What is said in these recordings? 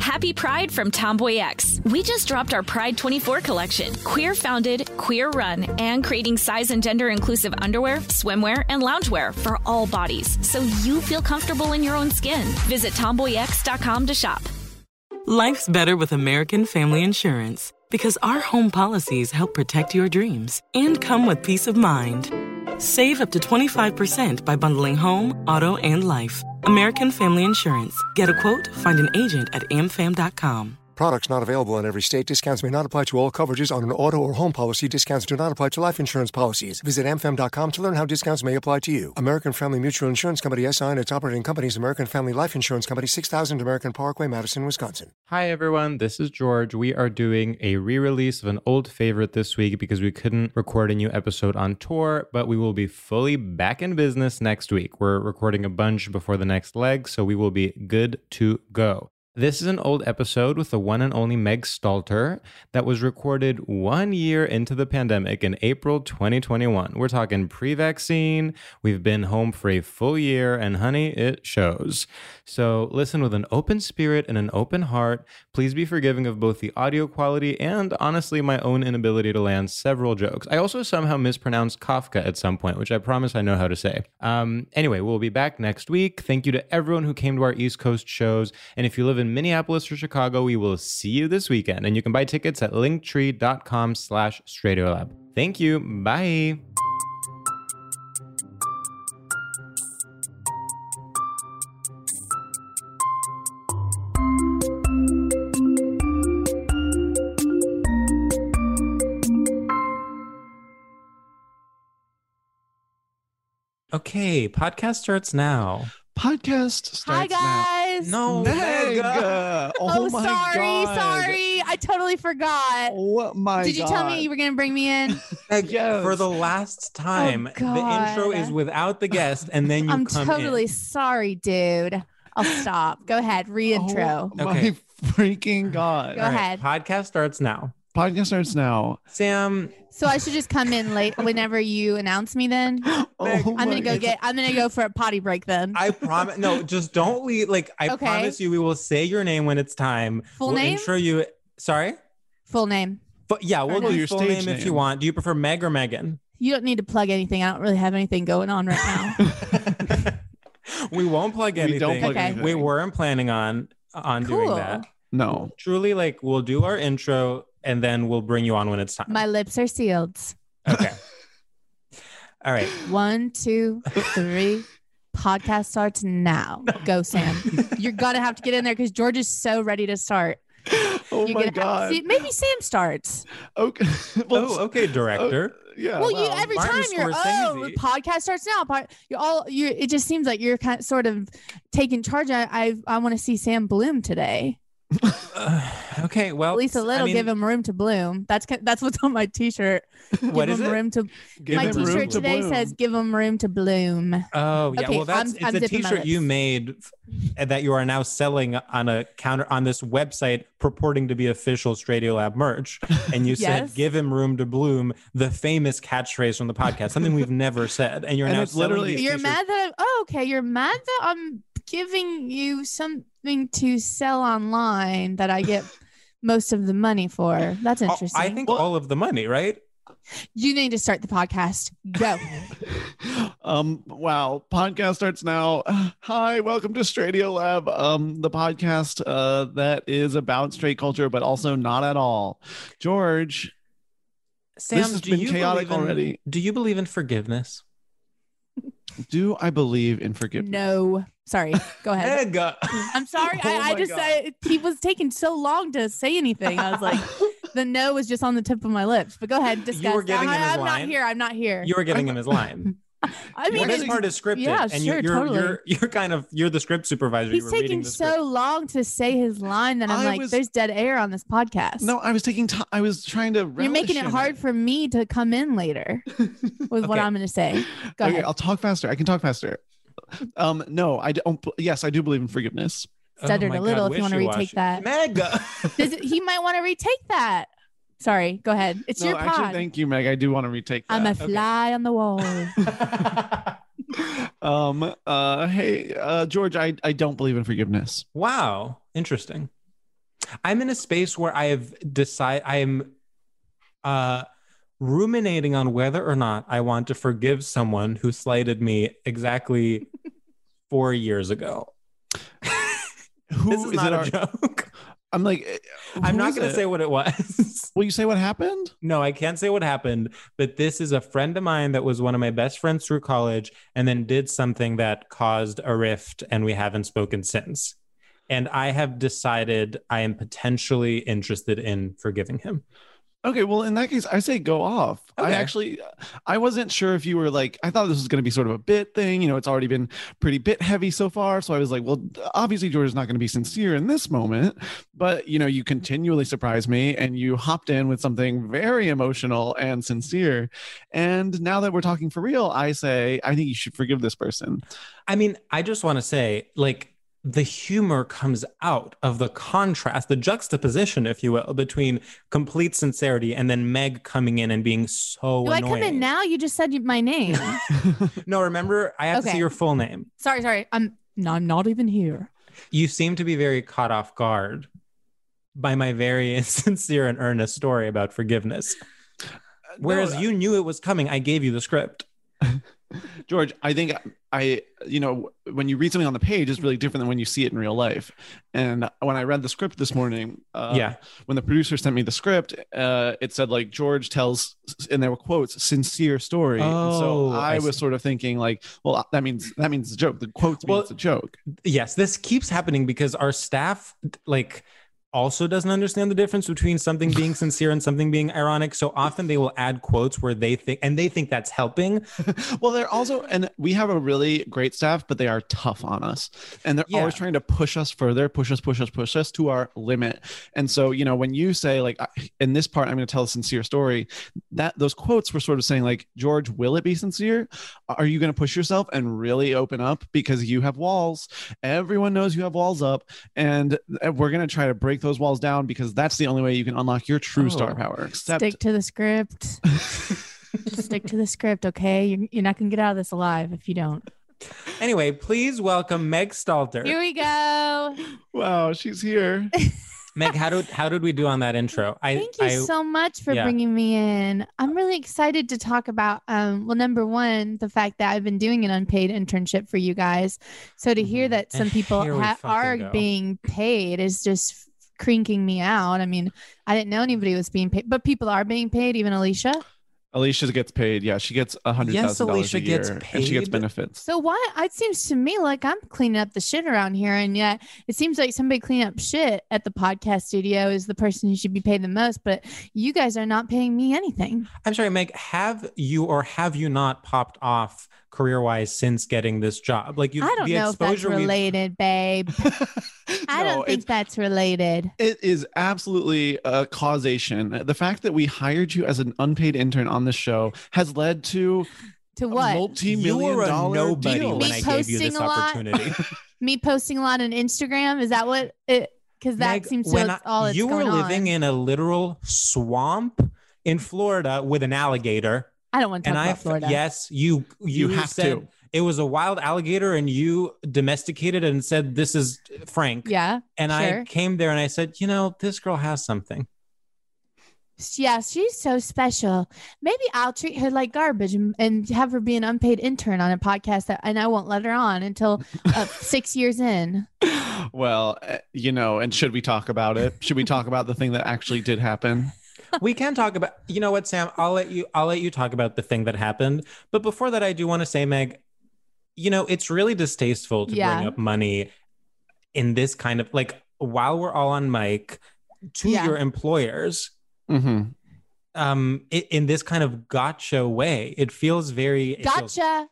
Happy Pride from Tomboy X. We just dropped our Pride 24 collection. Queer founded, queer run, and creating size and gender inclusive underwear, swimwear, and loungewear for all bodies so you feel comfortable in your own skin. Visit tomboyx.com to shop. Life's better with American Family Insurance because our home policies help protect your dreams and come with peace of mind. Save up to 25% by bundling home, auto, and life. American Family Insurance. Get a quote, find an agent at amfam.com. Products not available in every state. Discounts may not apply to all coverages on an auto or home policy. Discounts do not apply to life insurance policies. Visit amfam.com to learn how discounts may apply to you. American Family Mutual Insurance Company SI and its operating companies, American Family Life Insurance Company, 6000 American Parkway, Madison, Wisconsin. Hi, everyone. This is George. We are doing a re release of an old favorite this week because we couldn't record a new episode on tour, but we will be fully back in business next week. We're recording a bunch before the next leg, so we will be good to go. This is an old episode with the one and only Meg Stalter that was recorded one year into the pandemic in April 2021. We're talking pre vaccine. We've been home for a full year, and honey, it shows. So listen with an open spirit and an open heart. Please be forgiving of both the audio quality and, honestly, my own inability to land several jokes. I also somehow mispronounced Kafka at some point, which I promise I know how to say. Um, anyway, we'll be back next week. Thank you to everyone who came to our East Coast shows. And if you live in Minneapolis or Chicago, we will see you this weekend. And you can buy tickets at linktree.com slash Lab. Thank you. Bye. Okay, podcast starts now. Podcast Hi starts now. guys. No, Meg! Oh, Oh, my sorry, God. sorry. I totally forgot. Oh my Did you God. tell me you were gonna bring me in? Meg, Yes. for the last time, the Oh, God. intro is without the guest, and then you I'm come totally in. sorry, dude. I'll stop. Go ahead. Reintro. Oh, Okay. My freaking God. Go All right, ahead. podcast starts now. Podcast starts now. Sam, Oh. So I should just come in late whenever you announce me. Then Oh I'm my gonna go God. get. I'm gonna go for a potty break. Then I promise. no, just don't leave. Like I Okay. promise you, we will say your name when it's time. full we'll name. intro you. Sorry, full name. but yeah, we'll Well, do your your full name, if stage you name. want. Do you prefer Meg or Megan? You don't need to plug anything. I don't really have anything going on right now. we won't plug anything. We don't plug Okay. anything. We weren't planning on on doing Cool. that. No. Truly, like we'll do our intro and then we'll bring you on when it's time. My lips are sealed. okay. All right. One, two, three. Podcast starts now. Go, Sam. You're gonna have to get in there because George is so ready to start. Oh You're my gonna Have, God. uh, see, maybe Sam starts. Okay. Well, Oh, okay, director. Yeah. well, you wow. every Martin time you're oh, Scorsese. podcast starts now. Pod, you're all you. It just seems like you're kind sort of taking charge. I I, I want to see Sam bloom today. Uh, okay. Well, At least a little. I mean, give him room to bloom. That's ki- that's what's on my T-shirt. What give is him it? room to. Give my him room T-shirt to today bloom. says "Give him room to bloom." Oh yeah, Okay, well that's I'm- I'm it's a dipping my T-shirt you lips. made f- that you are now selling on a counter on this website purporting to be official Stradio Lab merch, and you Yes. said "Give him room to bloom," the famous catchphrase from the podcast, something we've never said, and you're And now it's selling literally- these You're t-shirts. mad that I'm, oh, okay. You're mad that I'm giving you something to sell online that I get most of the money for. That's Oh, interesting. I think Well- all of the money, right? you need to start the podcast. Go. um wow podcast starts now hi welcome to stradio lab um the podcast uh that is about straight culture but also not at all george Sam, has do been you chaotic believe in- already. Do you believe in forgiveness? do i believe in forgiveness no. Sorry. Go ahead. Egg. I'm sorry. Oh I, I my just God. I, he was taking so long to say anything. I was like, the no was just on the tip of my lips. But go ahead, discuss. were giving I, him his I'm not line. here. I'm not here. you were giving him his line. I mean, well, this it's- part is scripted, yeah, and sure, you, you're totally. you're you're kind of you're the script supervisor. you he's were reading taking the so script. long to say his line that I'm I like, was- there's dead air on this podcast. No, I was taking time. I was trying to. you're making it relish in hard for me to come in later with what Okay. I'm going to say. Go okay, ahead. I'll talk faster. I can talk faster. Um, no, I don't. Yes, I do believe in forgiveness. Stuttered Oh my a little if you wanna retake wishy-washy. that. Mega. Does it, he might want to retake that. Sorry, go ahead. It's no, your actually, pod. thank you, Meg. I do want to retake. That. I'm a okay. fly on the wall. um. Uh. Hey, uh, George. I I don't believe in forgiveness. wow, interesting. I'm in a space where I have decided I'm uh, ruminating on whether or not I want to forgive someone who slighted me exactly four years ago. Who this is, not it? a our- joke. I'm like. eh, who I'm not is going to it? say what it was. Will you say what happened? No, I can't say what happened, but this is a friend of mine that was one of my best friends through college and then did something that caused a rift, and we haven't spoken since. And I have decided I am potentially interested in forgiving him. Okay, well, in that case, I say go off. I Okay. actually, I wasn't sure if you were like, I thought this was going to be sort of a bit thing. You know, it's already been pretty bit heavy so far. So I was like, well, obviously, George is not going to be sincere in this moment. But, you know, you continually surprise me and you hopped in with something very emotional and sincere. And now that we're talking for real, I say, I think you should forgive this person. I mean, I just want to say, like, the humor comes out of the contrast, the juxtaposition, if you will, between complete sincerity and then Meg coming in and being so Do I annoying. come in now? You just said you- my name. No, remember, I have to Okay. see your full name. sorry, sorry. I'm no, I'm not even here. you seem to be very caught off guard by my very sincere and earnest story about forgiveness. Whereas No, you knew it was coming, I gave you the script. George, I think I, you know, when you read something on the page, it's really different than when you see it in real life. And when I read the script this morning, uh, Yeah. when the producer sent me the script, uh, it said like George tells, and there were quotes, sincere story. and so Oh, I, I was see. sort of thinking like, well, that means that means a joke. The quotes Well- means a joke. Yes, this keeps happening because our staff, like, also doesn't understand the difference between something being sincere and something being ironic. So often they will add quotes where they think, and they think that's helping. well, they're also, and we have a really great staff, but they are tough on us. And they're Yeah. always trying to push us further, push us, push us, push us to our limit. And so, you know, when you say, like, I- in this part, I'm going to tell a sincere story, that those quotes were sort of saying, like, George, will it be sincere? Are you going to push yourself and really open up? Because you have walls. Everyone knows you have walls up. And we're going to try to break those walls down because that's the only way you can unlock your true star Oh. power. Except Stick to the script. Stick to the script, okay? You're, you're not gonna get out of this alive if you don't. Anyway, please welcome Meg Stalter. Here we go. wow, she's here. Meg, how did how did we do on that intro? I, Thank you I so much for yeah. bringing me in. I'm really excited to talk about, um, well, number one, the fact that I've been doing an unpaid internship for you guys. So to hear Mhm. that some And people here we ha- fucking are go. being paid is just crinking me out. I mean, I didn't know anybody was being paid, but people are being paid, even Alicia. Alicia gets paid. Yeah, she gets a hundred Yes, thousand dollars Alicia a year, gets and she gets paid. benefits. So why? It seems to me like I'm cleaning up the shit around here, and yet it seems like somebody cleaning up shit at the podcast studio is the person who should be paid the most. But you guys are not paying me anything. I'm sorry, Meg. Have you or have you not popped off career wise since getting this job? Like you, I don't the know if that's exposure we've- related, babe. I No, don't think it's- that's related. it is absolutely a causation. The fact that we hired you as an unpaid intern on this show has led to To a what? You multi-million were a dollar nobody deal. when Me I gave you this posting a lot. opportunity. Me posting a lot on Instagram? Is that what it? Because that Meg, seems to when it's I- all it's you were going living on. in a literal swamp in Florida with an alligator, I don't want to talk and about I Florida. yes, you You you, have said to. it was a wild alligator, and you domesticated it and said this is uh, Frank. Yeah. and sure. I came there and I said, you know, this girl has something. Yeah, she's so special. Maybe I'll treat her like garbage and, and have her be an unpaid intern on a podcast that, and I won't let her on until uh, six years in. Well, eh, you know, and should we talk about it? Should we talk about the thing that actually did happen? we can talk about you know what sam i'll let you i'll let you talk about the thing that happened but before that i do want to say meg you know it's really distasteful to Yeah. bring up money in this kind of like while we're all on mic to Yeah. your employers hmm um i- in this kind of gotcha way it feels very it feels- Gotcha.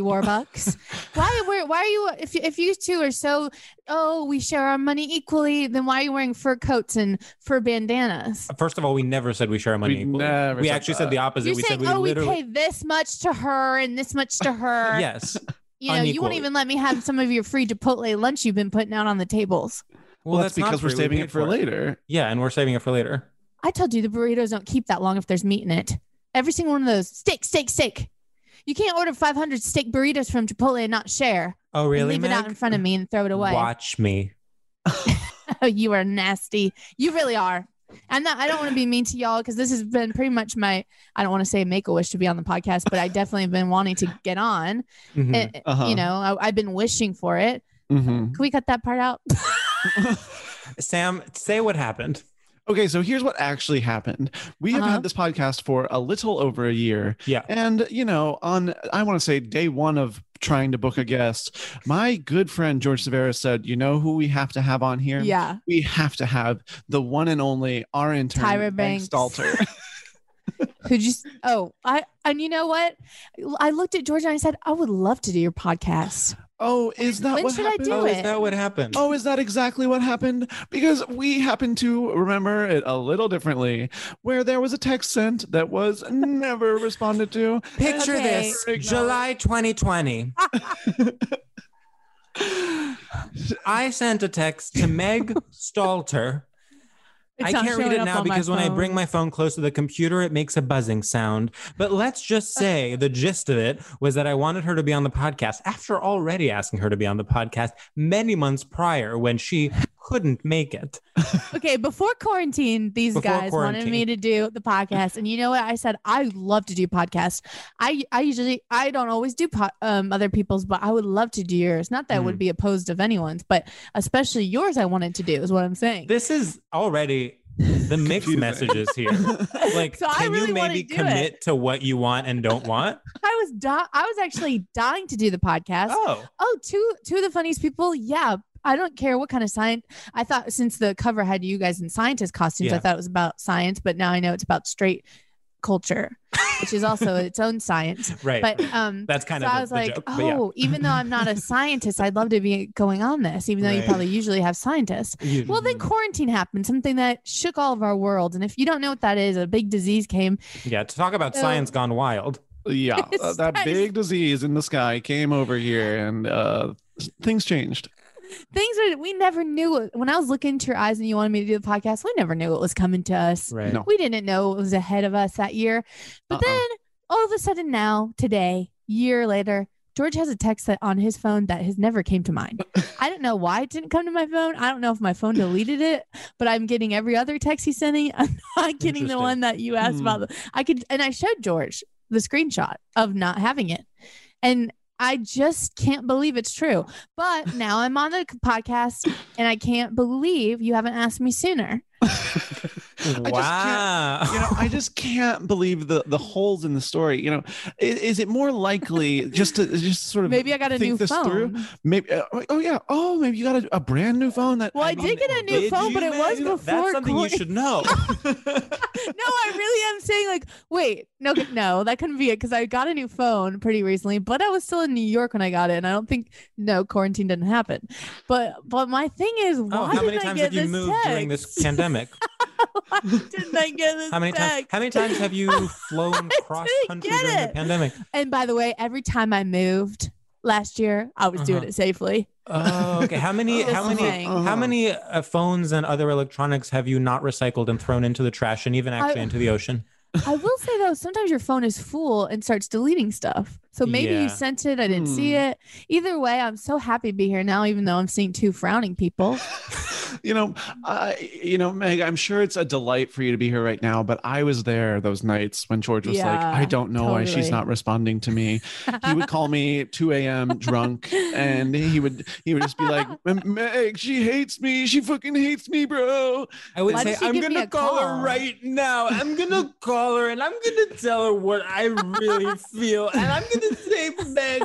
Warbucks. why were why are you if if you two are so oh we share our money equally then why are you wearing fur coats and fur bandanas? First of all, we never said we share our money We equally. never we said actually that. said the opposite. You're we saying said we oh literally. we pay this much to her and this much to her. Yes. you know you won't unequally. even let me have some of your free Chipotle lunch you've been putting out on the tables. Well, that's, not because we're free. We saving paid it for later. Yeah, and we're saving it for later. I told you the burritos don't keep that long if there's meat in it. Every single one of those steak, steak, steak. You can't order 500 steak burritos from Chipotle and not share. Oh, And really? leave it out Meg? in front of me and throw it away. Watch me. Oh, you are nasty. You really are. I'm not, I don't want to be mean to y'all because this has been pretty much my, I don't want to say make a wish to be on the podcast, but I definitely have been wanting to get on. Mhm. Eh, eh, Uh-huh. You know, I, I've been wishing for it. Mhm. Can we cut that part out? Sam, say what happened. Okay, so here's what actually happened. We have Uh-huh. had this podcast for a little over a year. Yeah. And, you know, on, I want to say day one of trying to book a guest, my good friend George Severus said, you know who we have to have on here? yeah. We have to have the one and only, our intern, Tyra Banks. Stalter. Who just, oh, I, and you know what? I looked at Georgia and I said, I would love to do your podcast. oh, is that When what should I happened? do oh, it. is that what happened? Oh, is that exactly what happened? Because we happen to remember it a little differently, where there was a text sent that was never responded to. Picture Okay. this Ignore it. July 2020. I sent a text to Meg Stalter. It's I not can't read showing it up now on my because when I phone. bring my phone close to the computer, it makes a buzzing sound. But let's just Uh. say the gist of it was that I wanted her to be on the podcast after already asking her to be on the podcast many months prior when she couldn't make it. Okay, before quarantine, these Before guys wanted me quarantine. to do the podcast, and you know what? I said I love to do podcasts. I I usually I don't always do po- um, other people's, but I would love to do yours. Not that I Mm. would be opposed of anyone's, but especially yours. I wanted to do is what I'm saying. This is already the mixed Confusing. messages here. Like, So I can really you wanna maybe do commit to what you want and don't want? I was di- I was actually dying to do the podcast. Oh, oh, two two of the funniest people. Yeah. I don't care what kind of science. I thought since the cover had you guys in scientist costumes, I Yeah. thought it was about science, but now I know it's about straight culture, which is also its own science. right. But um, That's kind so of I the- was the like, joke, but yeah. oh, even though I'm not a scientist, I'd love to be going on this, even though you Right. probably usually have scientists. Well, then quarantine happened, something that shook all of our world. And if you don't know what that is, a big disease came. yeah, to talk about science gone wild. Yeah, It's uh, that nice. big disease in the sky came over here and uh, things changed. Things that we never knew. it- When I was looking into your eyes and you wanted me to do the podcast, we never knew it was coming to us. Right. No. We didn't know it was ahead of us that year. But Uh-uh. then all of a sudden, now, today, year later, George has a text that on his phone that has never came to mine. I don't know why it didn't come to my phone. I don't know if my phone deleted it, but I'm getting every other text he's sending. I'm not getting the Interesting. Hmm. one that you asked about. I could, and I showed George the screenshot of not having it, and I just can't believe it's true. But now I'm on the podcast, and I can't believe you haven't asked me sooner. can't- You Wow. know, I just can't believe the the holes in the story. You know, is, is it more likely just to just sort of Maybe I got a think new this phone. through? Maybe uh, oh yeah, oh maybe you got a, a brand new phone that Well, I, mean, did get a new Did phone, you, but it Meg? was before. That's something quarant- you should know. no, I really am saying like, wait, no, no, that couldn't be it because I got a new phone pretty recently, but I was still in New York when I got it, and I don't think no quarantine didn't happen. But but my thing is, why Oh, how many didn't times I get have you this moved during this text? pandemic? why didn't I get this How many text? times? How many times have you flown cross country get during the it. pandemic? and by the way, every time I moved last year, I was doing Uh-huh. it safely. Oh, okay. How many? How This many? thing. Uh-huh. How many uh, phones and other electronics have you not recycled and thrown into the trash and even actually I- into the ocean? I will say though, sometimes your phone is full and starts deleting stuff. So maybe Yeah. Hmm. you sent it, I didn't see it. Either way, I'm so happy to be here now, even though I'm seeing two frowning people. you know, I you know, Meg, I'm sure it's a delight for you to be here right now, but I was there those nights when George was like, Yeah, I don't know why she's totally. not responding to me. he would call me 2 a.m. drunk, and he would he would just be like, Meg, she hates me, she fucking hates me, bro. I would Why say does she I'm give me gonna a call, call?" her right now. I'm gonna call her and I'm gonna tell her what I really feel. And I'm gonna say, Meg,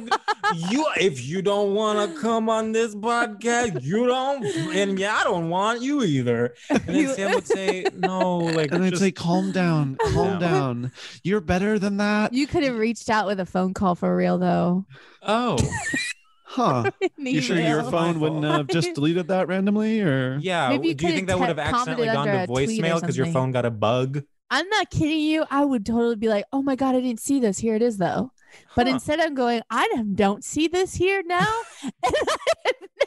you if you don't wanna come on this podcast, you don't and yeah, I don't want you either. And then You- Sam would say, no, like, And I'd just, say, calm down, calm Yeah. down. You're better than that. You could have reached out with a phone call for real, though. oh, Huh. An You sure email. your phone wouldn't have just deleted that randomly or yeah. Maybe you Do you could've think that would have te- accidentally commented gone to under a tweet or voicemail because your something. phone got a bug? I'm not kidding you. I would totally be like, oh my God, I didn't see this. Here it is, though. But Huh. instead, I'm going, I don't- don't see this here now. and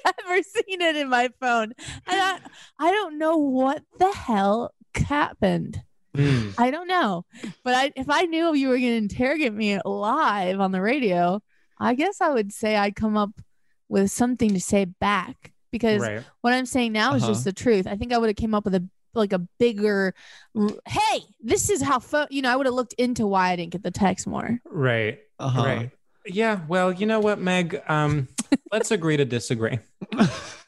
I've never seen it in my phone. And I, I don't know what the hell happened. Hmm. I don't know. But I, if I knew you were going to interrogate me live on the radio, I guess I would say I'd come up with something to say back because Right. what I'm saying now is Uh-huh. just the truth. I think I would have came up with a like a bigger l- hey, this is how fo-, you know, I would have looked into why I didn't get the text more. Right. Uh-huh. Right. Yeah. Well, you know what, Meg? Um, let's agree to disagree.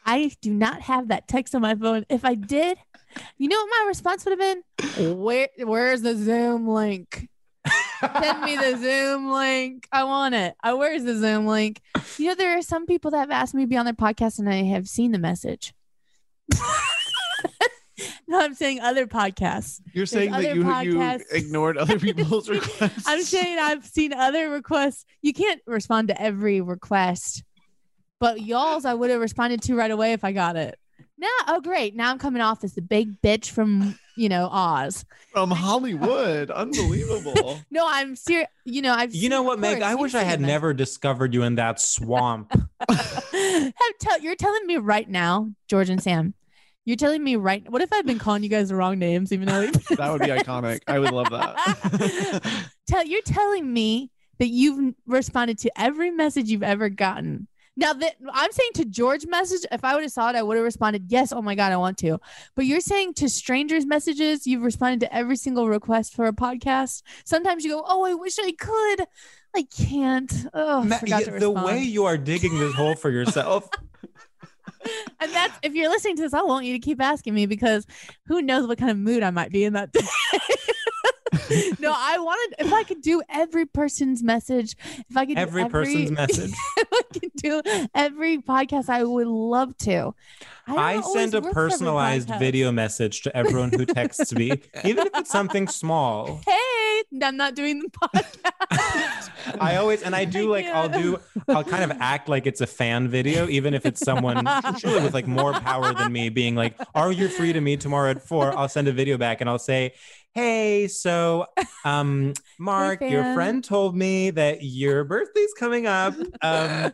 I do not have that text on my phone. If I did, you know what my response would have been? Where where's the Zoom link? Send me the Zoom link. I want it. I where's the Zoom link? You know, there are some people that have asked me to be on their podcast and I have seen the message. no, I'm saying other podcasts. You're saying that other you, you podcasts. ignored other people's I'm requests. I'm saying I've seen other requests. You can't respond to every request, but y'all's I would have responded to right away if I got it. Now, oh great, now I'm coming off as the big bitch from you know Oz. from Hollywood. Unbelievable. No, I'm serious. You know I've. You know seen- what, of Meg? course, I you've wish I seen had them. never discovered you in that swamp. Oh, Have tell you're telling me right now, George and Sam. You're telling me right. What if I've been calling you guys the wrong names, even though we've that would be iconic. I would love that. tell you're telling me that you've responded to every message you've ever gotten. Now that I'm saying to George's message, if I would have saw it, I would have responded, yes, oh my God, I want to. But you're saying to strangers' messages, you've responded to every single request for a podcast. Sometimes you go, Oh, I wish I could. I can't. Oh, Ma- forgot y- to the respond. way you are digging this hole for yourself. and that's if you're listening to this, I want you to keep asking me because who knows what kind of mood I might be in that day. no, I wanted if I could do every person's message, if I could Every do person's message. if I could do every podcast, I would love to. don't I, always send a work every personalized podcast. video message to everyone who texts me, even if it's something small. Hey, I'm not doing the podcast. I always and I do like I'll do I'll kind of act like it's a fan video, even if it's someone truly with like more power than me being like, Are you free to meet tomorrow at four? I'll send a video back and I'll say, Hey, so um Mark, your fam." friend told me that your birthday's coming up. Um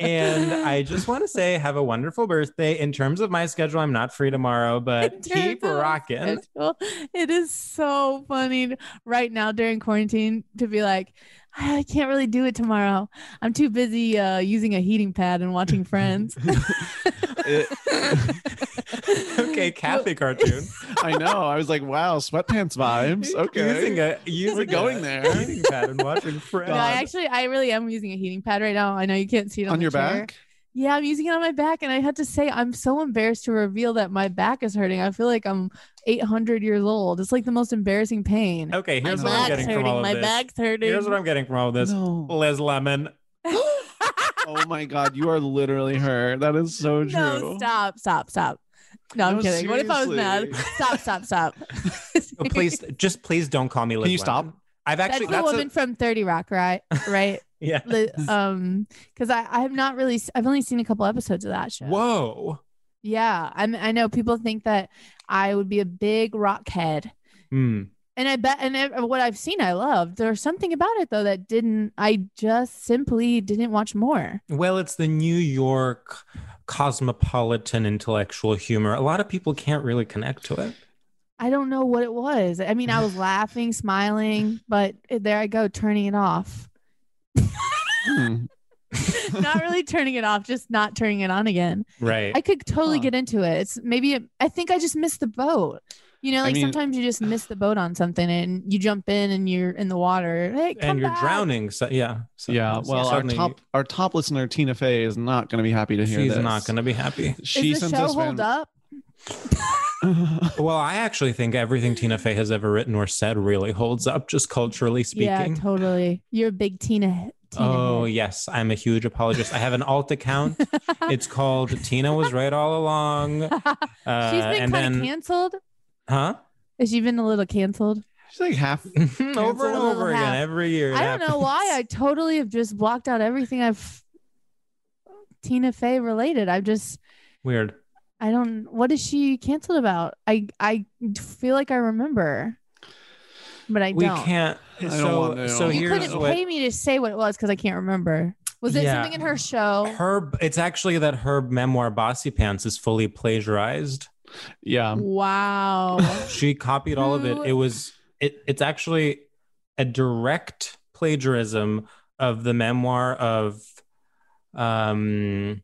and I just want to say have a wonderful birthday. In terms of my schedule, I'm not free tomorrow, but keep rocking. Well, It is so funny right now during quarantine to be like, I can't really do it tomorrow. I'm too busy uh, using a heating pad and watching Friends. Okay, Kathy cartoon. I know. I was like, wow, sweatpants vibes. Okay. Using a using going a there. eating pattern, watching Friends. No, I actually, I really am using a heating pad right now. I know you can't see it on, on the your chair. back? Yeah, I'm using it on my back, and I had to say I'm so embarrassed to reveal that my back is hurting. I feel like I'm 800 years old. It's like the most embarrassing pain. Okay, here's my what I'm back's getting hurting. from all of my this. back's hurting. Here's what I'm getting from all of this. No. Liz Lemon. Oh my god, you are literally her. That is so true. No, stop, stop, stop. No, I'm No, kidding. What if I was mad? seriously. Stop, stop, stop. Oh, please, just please don't call me Liz. you stop? Lemon. I've That's actually the that's, woman from 30 Rock, right? Right. a, yeah. Li- um, because I I have not really s- I've only seen a couple episodes of that show. Whoa. Yeah, I'm. I know people think that I would be a big rock head, Hmm. and I bet. And ev- what I've seen, I loved. There's something about it though that didn't. I just simply didn't watch more. Well, it's the New York cosmopolitan intellectual humor. A lot of people can't really connect to it. I don't know what it was. I mean, I was laughing, smiling, but eh, there I go, turning it off. Hmm. not really turning it off, just not turning it on again. Right. I could totally Huh. get into it. It's maybe it, I think I just missed the boat. You know, I like mean- sometimes you just miss the boat on something and you jump in and you're in the water. Hey, come and you're back. drowning. So yeah. So, yeah, well, our suddenly top our top listener Tina Fey is not going to be happy to hear she's this. not gonna be happy. She Is the sends show us fan- hold up? Well, I actually think everything Tina Fey has ever written or said really holds up, just culturally speaking. Yeah, totally. You're a big Tina. Tina Oh yes, I'm a huge apologist. I have an alt account. it's called Tina was right all along. She's Uh, been and kind of then, canceled. huh? Has she been a little canceled? She's like half. over and Canceled over again half. every year. it I don't know why. I happens. totally have just blocked out everything I've Tina Fey related. I've just Weird. I don't. What is she canceled about? I I feel like I remember, but I we don't. can't. I don't so want to so know. you here's couldn't what pay me to say what it was because I can't remember. Was it Yeah. something in her show? her. It's actually that her memoir Bossy Pants is fully plagiarized. Yeah. wow. She copied all of it. Who- It was. It, it's actually a direct plagiarism of the memoir of. Um.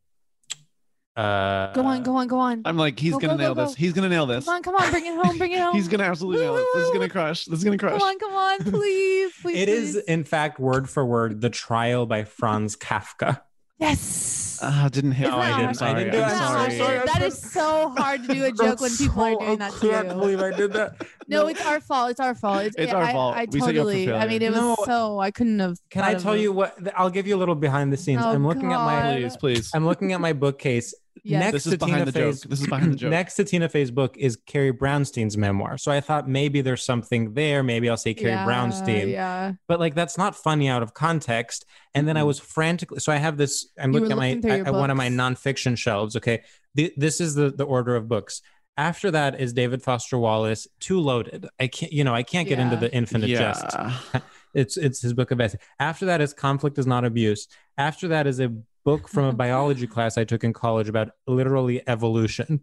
Uh, go on, go on, go on. I'm like, he's Go, gonna go, go, nail this. go. He's gonna nail this. Come on, come on, bring it home, bring it home. He's gonna absolutely nail this. This is gonna crush. This is gonna crush. come on, come on, please, please. It is, please. in fact, word for word, the trial by Franz Kafka. Yes. Ah, didn't hit. It's me. not I'm hard. sorry. I didn't do I'm it. That sorry. I'm is- sorry. That is so hard to do a joke when people are doing that I can't too. believe I did that. No, it's our fault. It's our fault. It's, It's I- our I- fault. I, We set you up for totally. I mean, it failure. was No. so I couldn't have. Can thought I of tell it. you what? th- I'll give you a little behind the scenes. Oh, I'm looking at my. God. Please, please. I'm looking at my bookcase. Yes. Next This to is behind Tina the Fey's, joke. This is behind the joke. Next to Tina Fey's book is Carrie Brownstein's memoir. So I thought maybe there's something there. Maybe I'll say Carrie Yeah, Brownstein. Yeah. But like that's not funny out of context. And then I was frantically so I have this. I'm Mm-hmm. You looking were at my looking through at your at one of my books. nonfiction shelves. Okay. Th- this is the the order of books. After that is David Foster Wallace, Too Loaded. I can't, you know, I can't get into Yeah. the infinite jest. Yeah. It's it's his book of essays. After that is conflict is not abuse. After that is a book from a biology class I took in college about literally evolution.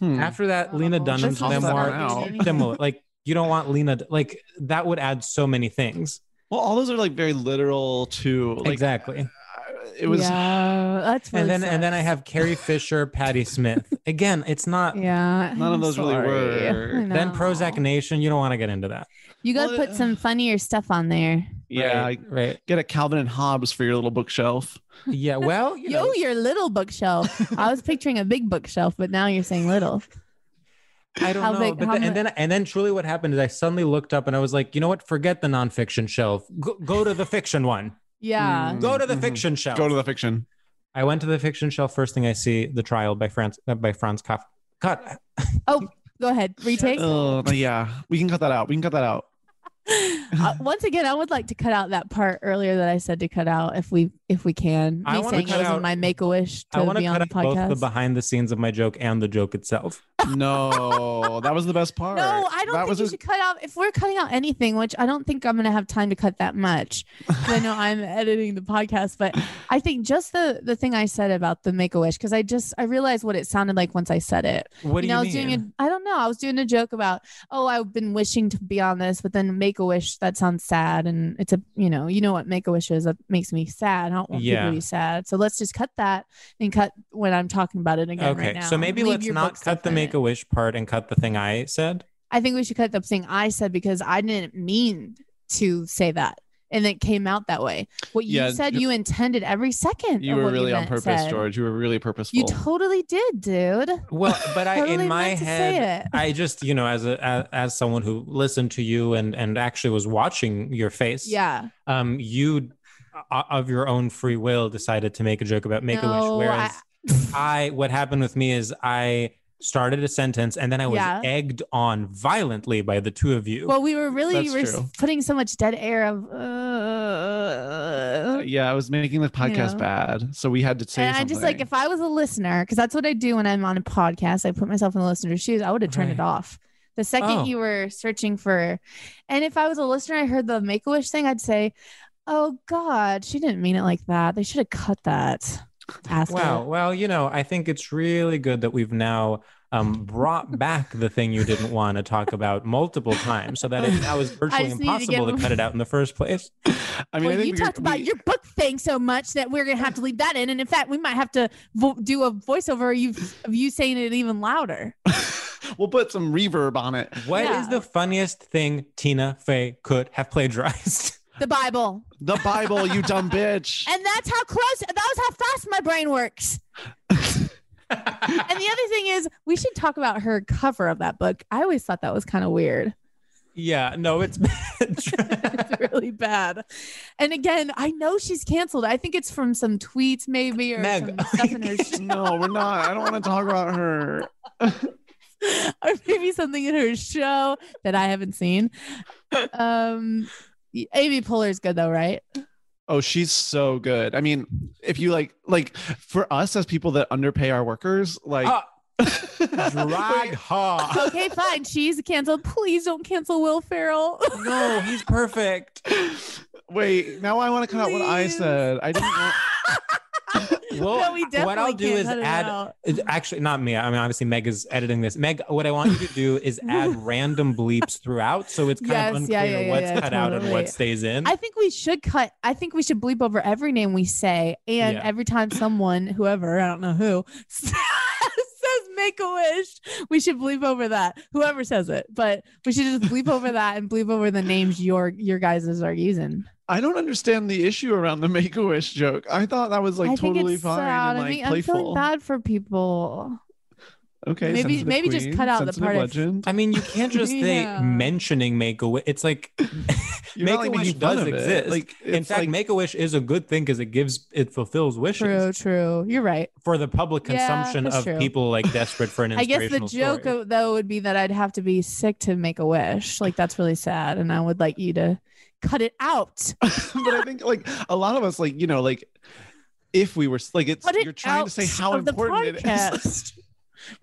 Mm. Hmm. After that, Oh, Lena that's Dunham's awesome. memoir Wow. similar. Like you don't want Lena like that would add so many things. Well, all those are like very literal too. Like exactly. I- It was. Yeah, that's really and then and then I sucks. have Carrie Fisher, Patti Smith. Again, it's not Yeah. None of I'm those really sorry. work. I then know. Prozac Nation. You don't want to get into that. You got to Well, put some funnier stuff on there. Yeah. Right. right. Get a Calvin and Hobbes for your little bookshelf. Yeah. Well, you know, Yo, your little bookshelf. I was picturing a big bookshelf, but now you're saying little. Mm. I don't How know. big- but how then, mu- and then and then truly what happened is I suddenly looked up and I was like, you know what? Forget the nonfiction shelf. Go, go to the fiction one. Yeah. Mm. Go to the Mhm. fiction shelf. Go to the fiction. I went to the fiction shelf. First thing I see, the trial by Franz uh, by Franz Kafka. God, Oh, Go ahead. Retake. Oh, yeah. We can cut that out. We can cut that out. Uh, once again, I would like to cut out that part earlier that I said to cut out if we if we can. I Me wanna saying it cut was in out- my make a wish I to want to be on cut the out both the podcast. behind the scenes of my joke and the joke itself. No, that was the best part. no, I don't that think was you a- should cut out. If we're cutting out anything, which I don't think I'm going to have time to cut that much, 'cause I know I'm editing the podcast. But I think just the the thing I said about the Make a Wish, because I just I realized what it sounded like once I said it. What do know, I you was mean? doing a, I don't know. I was doing a joke about, oh, I've been wishing to be on this, but then make a wish. That sounds sad, and it's a, you know, you know what make a wish is. That makes me sad. I don't want people Yeah. to be sad. So let's just cut that and cut when I'm talking about it again. okay, right now. so maybe Leave let's your book not stuff cut the in Make it. a Wish part and cut the thing I said. I think we should cut the thing I said because I didn't mean to say that. And it came out that way. What you Yeah, said, you're- you intended every second. You of were what really on meant purpose, said. George. You were really purposeful. You totally did, dude. Well, but I Totally in my meant to say head, it. I just you know as a as, as someone who listened to you and and actually was watching your face. Yeah. um, you uh, of your own free will decided to make a joke about make a No, wish. Whereas I, what happened with me is I started a sentence and then I was Yeah. egged on violently by the two of you. Well, we were really That's you were true. putting so much dead air of. Uh, yeah, I was making the podcast know. bad, so we had to say and I something. just like if I was a listener, because that's what I do when I'm on a podcast. I put myself in the listener's shoes. I would have turned it Right. off the second Oh. you were searching for. And if I was a listener, I heard the Make a Wish thing. I'd say, "Oh God, she didn't mean it like that. They should have cut that." After. wow. Well, you know, I think it's really good that we've now um, brought back the thing you didn't want to talk about multiple times so that it now is virtually just need to get impossible to rid- cut it out in the first place. I mean, I well, think we you talked we- about your book thing so much that we're gonna have to leave that in, and in fact, we might have to vo- do a voiceover of you, of you saying it even louder. we'll put some reverb on it. What is Yeah. the funniest thing Tina Fey could have plagiarized? The Bible. The Bible, you dumb bitch. And that's how close, that was how fast my brain works. And the other thing is, we should talk about her cover of that book. I always thought that was kind of weird. yeah, no, it's bad. it's really bad. And again, I know she's canceled. I think it's from some tweets, maybe, or Meg, some stuff in her, no, we're not. I don't want to talk about her. sh- or maybe something in her show that I haven't seen. Um, y- Amy Poehler's good though, right? Oh, she's so good. I mean, if you like, like for us as people that underpay our workers, like. Uh. Ah, Wait, Drag ha. Okay, fine. She's canceled. Please don't cancel Will Ferrell. No, he's perfect. Wait, now I want to cut out what I Please. said. I didn't. Want- Well, no, we definitely what I'll do can't is cut it add out. It's actually not me. I mean, obviously Meg is editing this. Meg, what I want you to do is add random bleeps throughout, so it's kind of Yes, unclear yeah, yeah, yeah, what's yeah, cut out and totally. what stays in. I think we should cut. I think we should bleep over every name we say and Yeah. every time someone, whoever, I don't know who, says make a wish, we should bleep over that. Whoever says it, but we should just bleep over that and bleep over the names your your guys are using. I don't understand the issue around the Make a Wish joke. I thought that was like I think totally it's fine sad. and I like mean, I'm feeling playful. bad for people. okay, Maybe- sensitive maybe just queen, cut out the sensitive part of- legend. I mean, you can't just say Yeah. mentioning Make a Wish. It's like You're not, like, Make-A-Wish making does fun of it. exist. Like, in it's, fact, like- Make a Wish is a good thing because it gives it fulfills wishes True, true. You're right. for the public Yeah, consumption that's of true. people like desperate for an I guess the inspirational joke story. uh, though would be that I'd have to be sick to make a wish. Like that's really sad, and I would like you to cut it out. but I think like a lot of us, like you know, like if we were like it's Cut it you're trying to say out how of the important it is. podcast.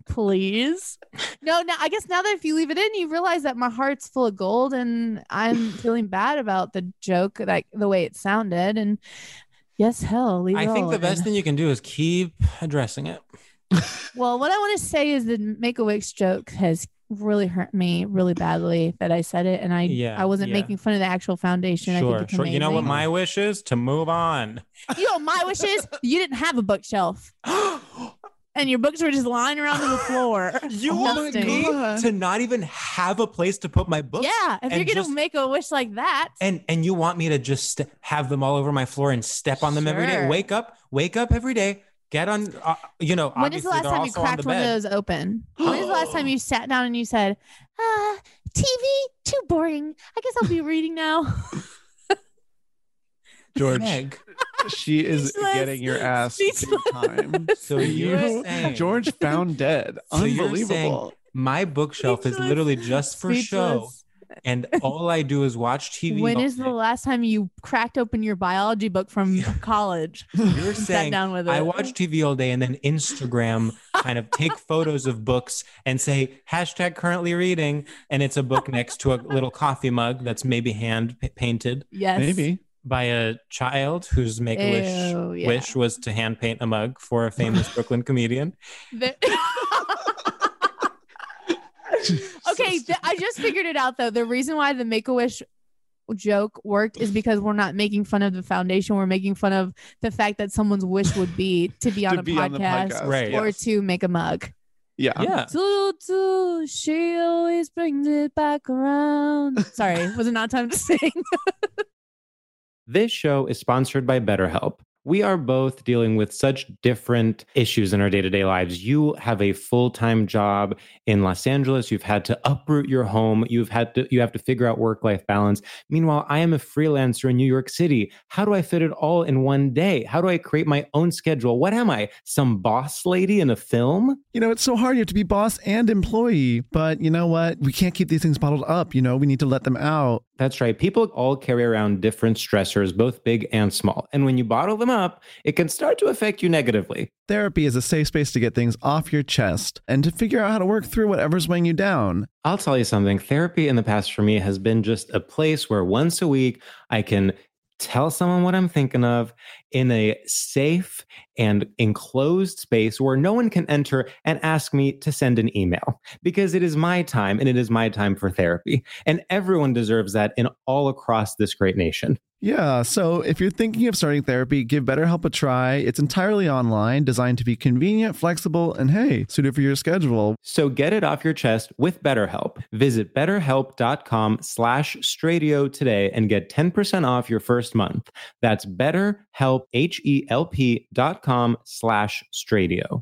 Please. No, no. I guess now that if you leave it in, you realize that my heart's full of gold, and I'm feeling bad about the joke, like the way it sounded. And yes, hell, leave it I think all the in. best thing you can do is keep addressing it. Well, what I want to say is the Make a Wish joke has really hurt me really badly that I said it, and I Yeah, I wasn't yeah. making fun of the actual foundation. I sure, think it's sure. You know what amazing. my wish is to move on. you know what my wish is you didn't have a bookshelf, and your books were just lying around on the floor. You Oh want my me God. to not even have a place to put my books? Yeah, if you're and gonna just- make a wish like that, And and you want me to just st- have them all over my floor and step on them every day? Sure. Wake up, wake up every day. Get on. Uh, you know, when is obviously the last they're time you also on cracked the one of bed. those open? When is the last time you sat down and you said, "Uh, TV too boring. I guess I'll be reading now." George, Meg, she is Speechless. getting your ass big Speechless. time. so you're saying George found dead. So you're Unbelievable. my bookshelf is Speechless. literally just for show, Speechless. and all I do is watch TV. When all is the day. last time you cracked open your biology book from college? You're and saying sat down with it. I watch TV all day and then Instagram kind of take photos of books and say hashtag currently reading. And it's a book next to a little coffee mug that's maybe hand p- painted Yes. Maybe. by a child whose make a wish. Ew, yeah. Wish was to hand paint a mug for a famous Brooklyn comedian. The- okay, th- I just figured it out though. The reason why the Make a Wish joke worked is because we're not making fun of the foundation. We're making fun of the fact that someone's wish would be to be on, to a, be podcast on the podcast. Right. or to make a mug. Yeah. Yeah. Tutu, she always brings it back around. Sorry, was it not time to sing? This show is sponsored by BetterHelp. We are both dealing with such different issues in our day to day lives. You have a full time job in Los Angeles. You've had to uproot your home. You've had to you have to figure out work life balance. Meanwhile, I am a freelancer in New York City. How do I fit it all in one day? How do I create my own schedule? What am I? Some boss lady in a film? You know, it's so hard. You have to be boss and employee. But you know what? We can't keep these things bottled up. You know, we need to let them out. That's right. People all carry around different stressors, both big and small. And when you bottle them up, it can start to affect you negatively. Therapy is a safe space to get things off your chest and to figure out how to work through whatever's weighing you down. I'll tell you something. Therapy in the past for me has been just a place where once a week I can tell someone what I'm thinking of in a safe and enclosed space where no one can enter and ask me to send an email because it is my time and it is my time for therapy. And everyone deserves that in all across this great nation. Yeah, so if you're thinking of starting therapy, give BetterHelp a try. It's entirely online, designed to be convenient, flexible, and hey, suited for your schedule. So get it off your chest with BetterHelp. Visit betterhelp.com slash stradio today and get 10% off your first month. E That's betterhelp, H-E-L-P dot com slash stradio.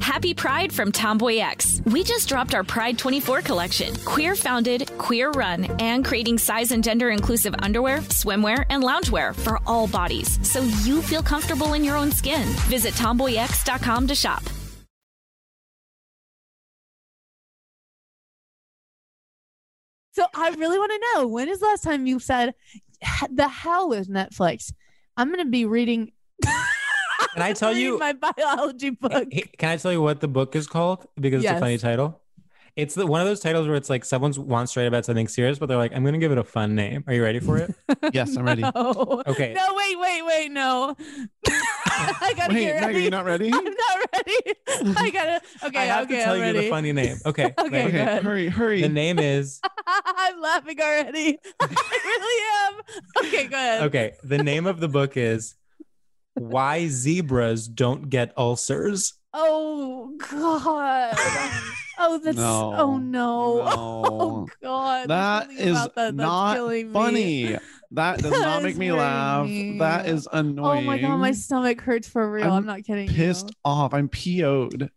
Happy Pride from Tomboy X. We just dropped our Pride 24 collection. Queer founded, queer run, and creating size and gender inclusive underwear, swimwear, and loungewear for all bodies so you feel comfortable in your own skin. Visit tomboyx.com to shop. So I really want to know when is the last time you said, "H- "The hell with Netflix"? I'm gonna be reading. Can I tell reading you- my biology book? Hey, Can I tell you what the book is called? Because it's a funny Yes. title. It's the, one of those titles where it's like someone wants to write about something serious, but they're like, I'm going to give it a fun name. Are you ready for it? Yes, I'm ready. No. Okay. No, wait, wait, wait. No. I gotta Wait, get Maggie, ready. you're not ready? I'm not ready. I gotta. Okay. I have okay, to tell I'm you ready. the funny name. Okay. Okay, wait. go Okay, ahead. hurry, hurry. The name is I'm laughing already. I really am. Okay, go ahead. okay. The name of the book is Why Zebras Don't Get Ulcers. Oh God. Oh, that's. No, Oh no. Oh no. God. That Something is about that. That's not killing me. funny. That does That not is make me hurting laugh. me. That is Oh annoying. my God, my stomach hurts for real. I'm, I'm not kidding. you. pissed off. I'm PO'd.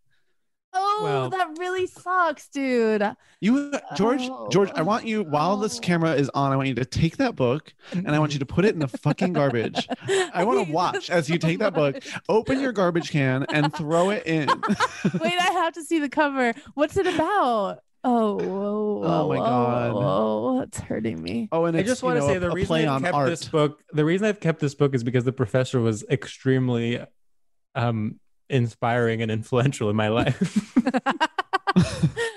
Oh, Well- that really sucks, dude. You, George, George, I Oh. want you while this Oh. camera is on, I want you to take that book and I want you to put it in the fucking garbage. I wanna hate watch this as you so take that book. much. Open your garbage can and throw it in. Wait, I have to see the cover. What's it about? Oh, whoa, Oh my whoa, God. Whoa, that's hurting me. oh, and I it's, just you want to know, say a- the a reason play I've on kept art. this book. The reason I've kept this book is because the professor was extremely um, inspiring and influential in my life.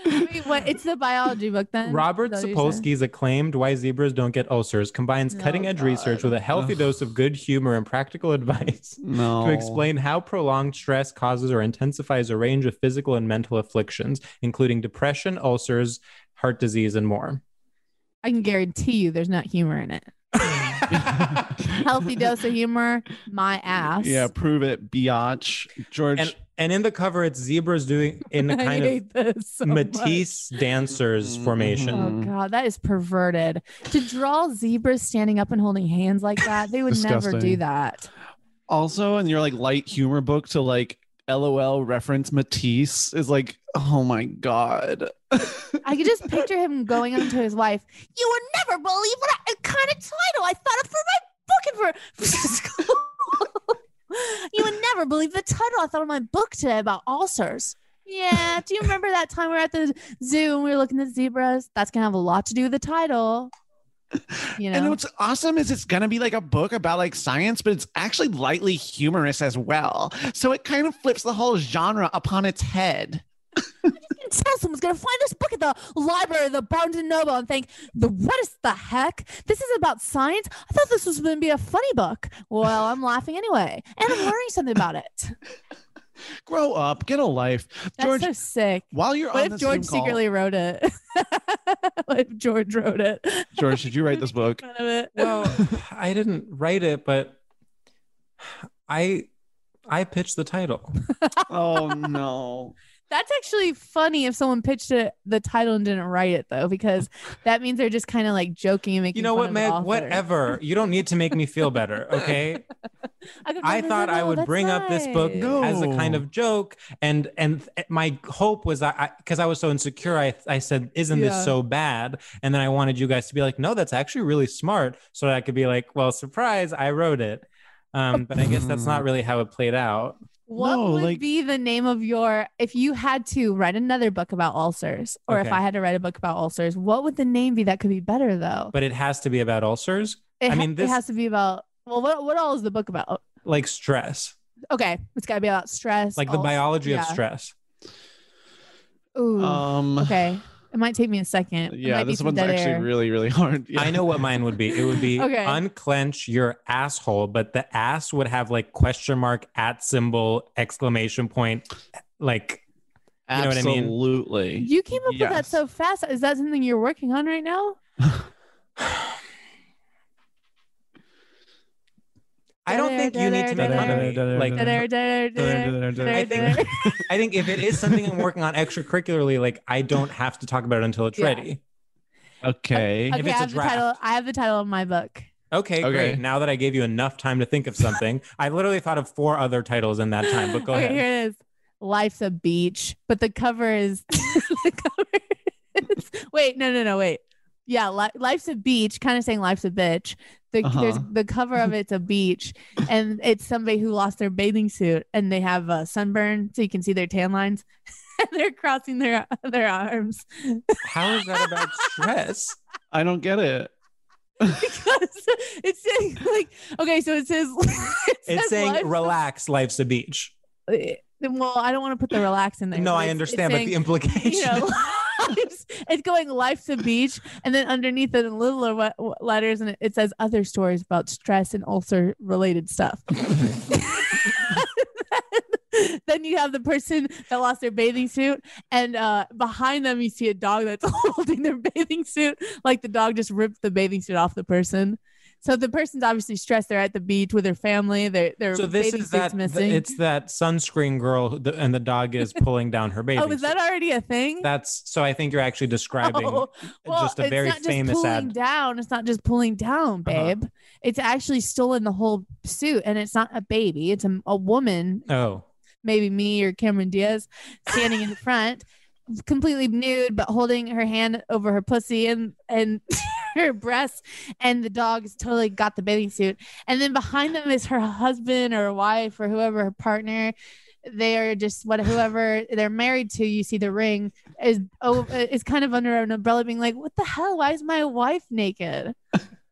Wait, what? It's the biology book then. Robert Is that what you're saying? Sapolsky's acclaimed Why Zebras Don't Get Ulcers combines Oh, cutting edge research God. with a healthy Ugh. dose of good humor and practical advice No. Oh. to explain how prolonged stress causes or intensifies a range of physical and mental afflictions, including depression, ulcers, heart disease, and more. I can guarantee you, there's not humor in it. Healthy dose of humor, my ass. Yeah, prove it, biatch. George, and, and in the cover, it's zebras doing in a I kind of hate this so much. Matisse dancers formation. Oh Mm. god, that is perverted. To draw zebras standing up and holding hands like that, they would never do Disgusting. that. also in your like light humor book to like LOL reference Matisse is like, oh my God. I could just picture him going on to his wife. You would never believe what I, kind of title I thought of for my book and for school. you would never believe the title I thought of my book today about ulcers. Yeah, do you remember that time we were at the zoo and we were looking at zebras? That's gonna have a lot to do with the title. You And know, what's awesome is it's gonna be like a book about like science, but it's actually lightly humorous as well. So it kind of flips the whole genre upon its head. can tell someone's gonna find this book at the library, or the Barnes and Noble, and think, "The what is the heck? This is about science. I thought this was gonna be a funny book." Well, I'm laughing anyway, and I'm learning something about it. Grow up, get a life, That's George. so sick. while you're on What if this George Zoom call- secretly wrote it? what if George wrote it? George, did you write this book? None of it. Well, I didn't write it, but I I pitched the title. oh no, That's actually funny if someone pitched it the title and didn't write it though, because that means they're just kind of like joking and making. You know fun what, of the Meg? author. Whatever. You don't need to make me feel better, okay? I, could I remember, thought I no, would that's bring up this book nice. No. as a kind of joke, and and th- eh, my hope was I because I, was so insecure, I I said, "Isn't Yeah. this so bad?" And then I wanted you guys to be like, "No, that's actually really smart," so that I could be like, "Well, surprise, I wrote it." Um, but I guess that's not really how it played out. What No, would like- be the name of your if you had to write another book about ulcers, or if Okay. I had to write a book about ulcers, what would the name be that could be better though? But it has to be about ulcers, it, I ha- mean, it this- has to be about well, what what all is the book about? like stress, Okay, it's got to be about stress, like the ul- biology of yeah. stress. Ooh, um, okay, It might take me a second. It might Yeah, be this some one's dead actually air. really, really hard. Yeah. I know what mine would be. It would be Okay. unclench your asshole, but the ass would have like question mark at symbol exclamation point eh, like You know what I mean? Absolutely. You came up with that Yes. so fast. Is that something you're working on right now? I don't think you need to make fun of me. Like Dead air, dead air, dead air, dead air, I dead air. think I think if it is something I'm working on extracurricularly, like I don't have to talk about it until it's Yeah. ready. Okay. if Okay, I it's a have the title. I have the title of my book. Okay, Okay. great. Now that I gave you enough time to think of something, I literally thought of four other titles in that time. But go okay, ahead. here it is. Life's a beach, but the cover is the cover. Is, wait, no, no, no, wait. Yeah, li- life's a beach. Kind of saying life's a bitch. The there's, Uh-huh. the cover of it's a beach, and it's somebody who lost their bathing suit, and they have a sunburn, so you can see their tan lines. and they're crossing their their arms How is that about stress? I don't get it. because it's saying like okay, so it says it It's says saying life's a relax, life's a beach. well, I don't want to put the relax in there. No, but I it's- it's understand, but saying, the implication. you know, lives, it's going life to beach, and then underneath it in littler we- w- letters, and it, it says other stories about stress and ulcer related stuff. then you have the person that lost their bathing suit, and uh, behind them you see a dog that's holding their bathing suit, like the dog just ripped the bathing suit off the person. So the person's obviously stressed. They're at the beach with their family. Their their so this bathing is suit's that missing. it's that sunscreen girl, who- the- and the dog is pulling down her baby. oh, is that already a thing? That's so. I think you're actually describing Oh, just a very famous pulling ad. down. It's not just pulling down, Uh-huh. babe. It's actually stolen the whole suit, and it's not a baby. It's a, a woman, Oh, maybe me or Cameron Diaz, standing in the front, completely nude, but holding her hand over her pussy and and her breasts, and the dog's totally got the bathing suit, and then behind them is her husband or wife or whoever her partner. They are just what whoever they're married to. You see the ring is oh is kind of under an umbrella, being like, "What the hell? Why is my wife naked?"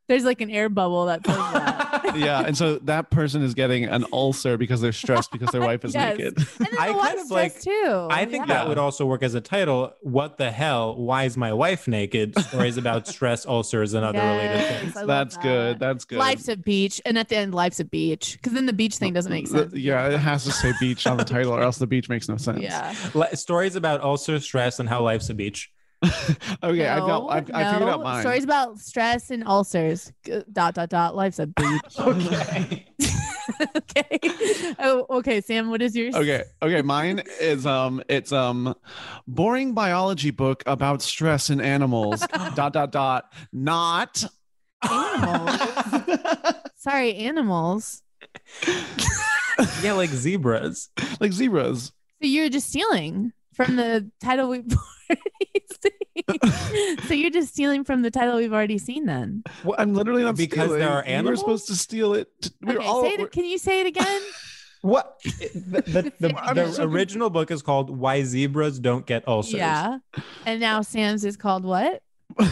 There's like an air bubble that says that. Yeah. And so that person is getting an ulcer because they're stressed because their wife is Yes. naked. I And then the kind wife's of like- dressed too. I think Oh, Yeah. that would also work as a title. What the hell? Why is my wife naked? Stories about stress, ulcers, and other related Yes, things. I love That's good. that. That's good. Life's a beach, and at the end, life's a beach. Because then the beach thing doesn't make The- sense. Yeah, it has to say beach on the title, or else the beach makes no sense. Yeah. Li- stories about ulcer, stress, and how life's a beach. Okay, I've got. No, I've, I figured out no. mine. Stories about stress and ulcers. G- Dot dot dot. Life's a beach. Okay. okay. Oh, okay. Sam, what is yours? okay okay mine is um it's um boring biology book about stress in animals dot dot dot not Animals. Sorry, animals. yeah, like zebras. like zebras So you're just stealing from the title we've already seen. so you're just stealing from the title we've already seen. Then. well, i'm literally not Because there stealing. are we were animals? supposed to steal it t- we were okay. all say it, we're- can you say it again? What? The, the, the, I'm so- original book is called Why Zebras Don't Get Ulcers. yeah. And now Sam's is called what?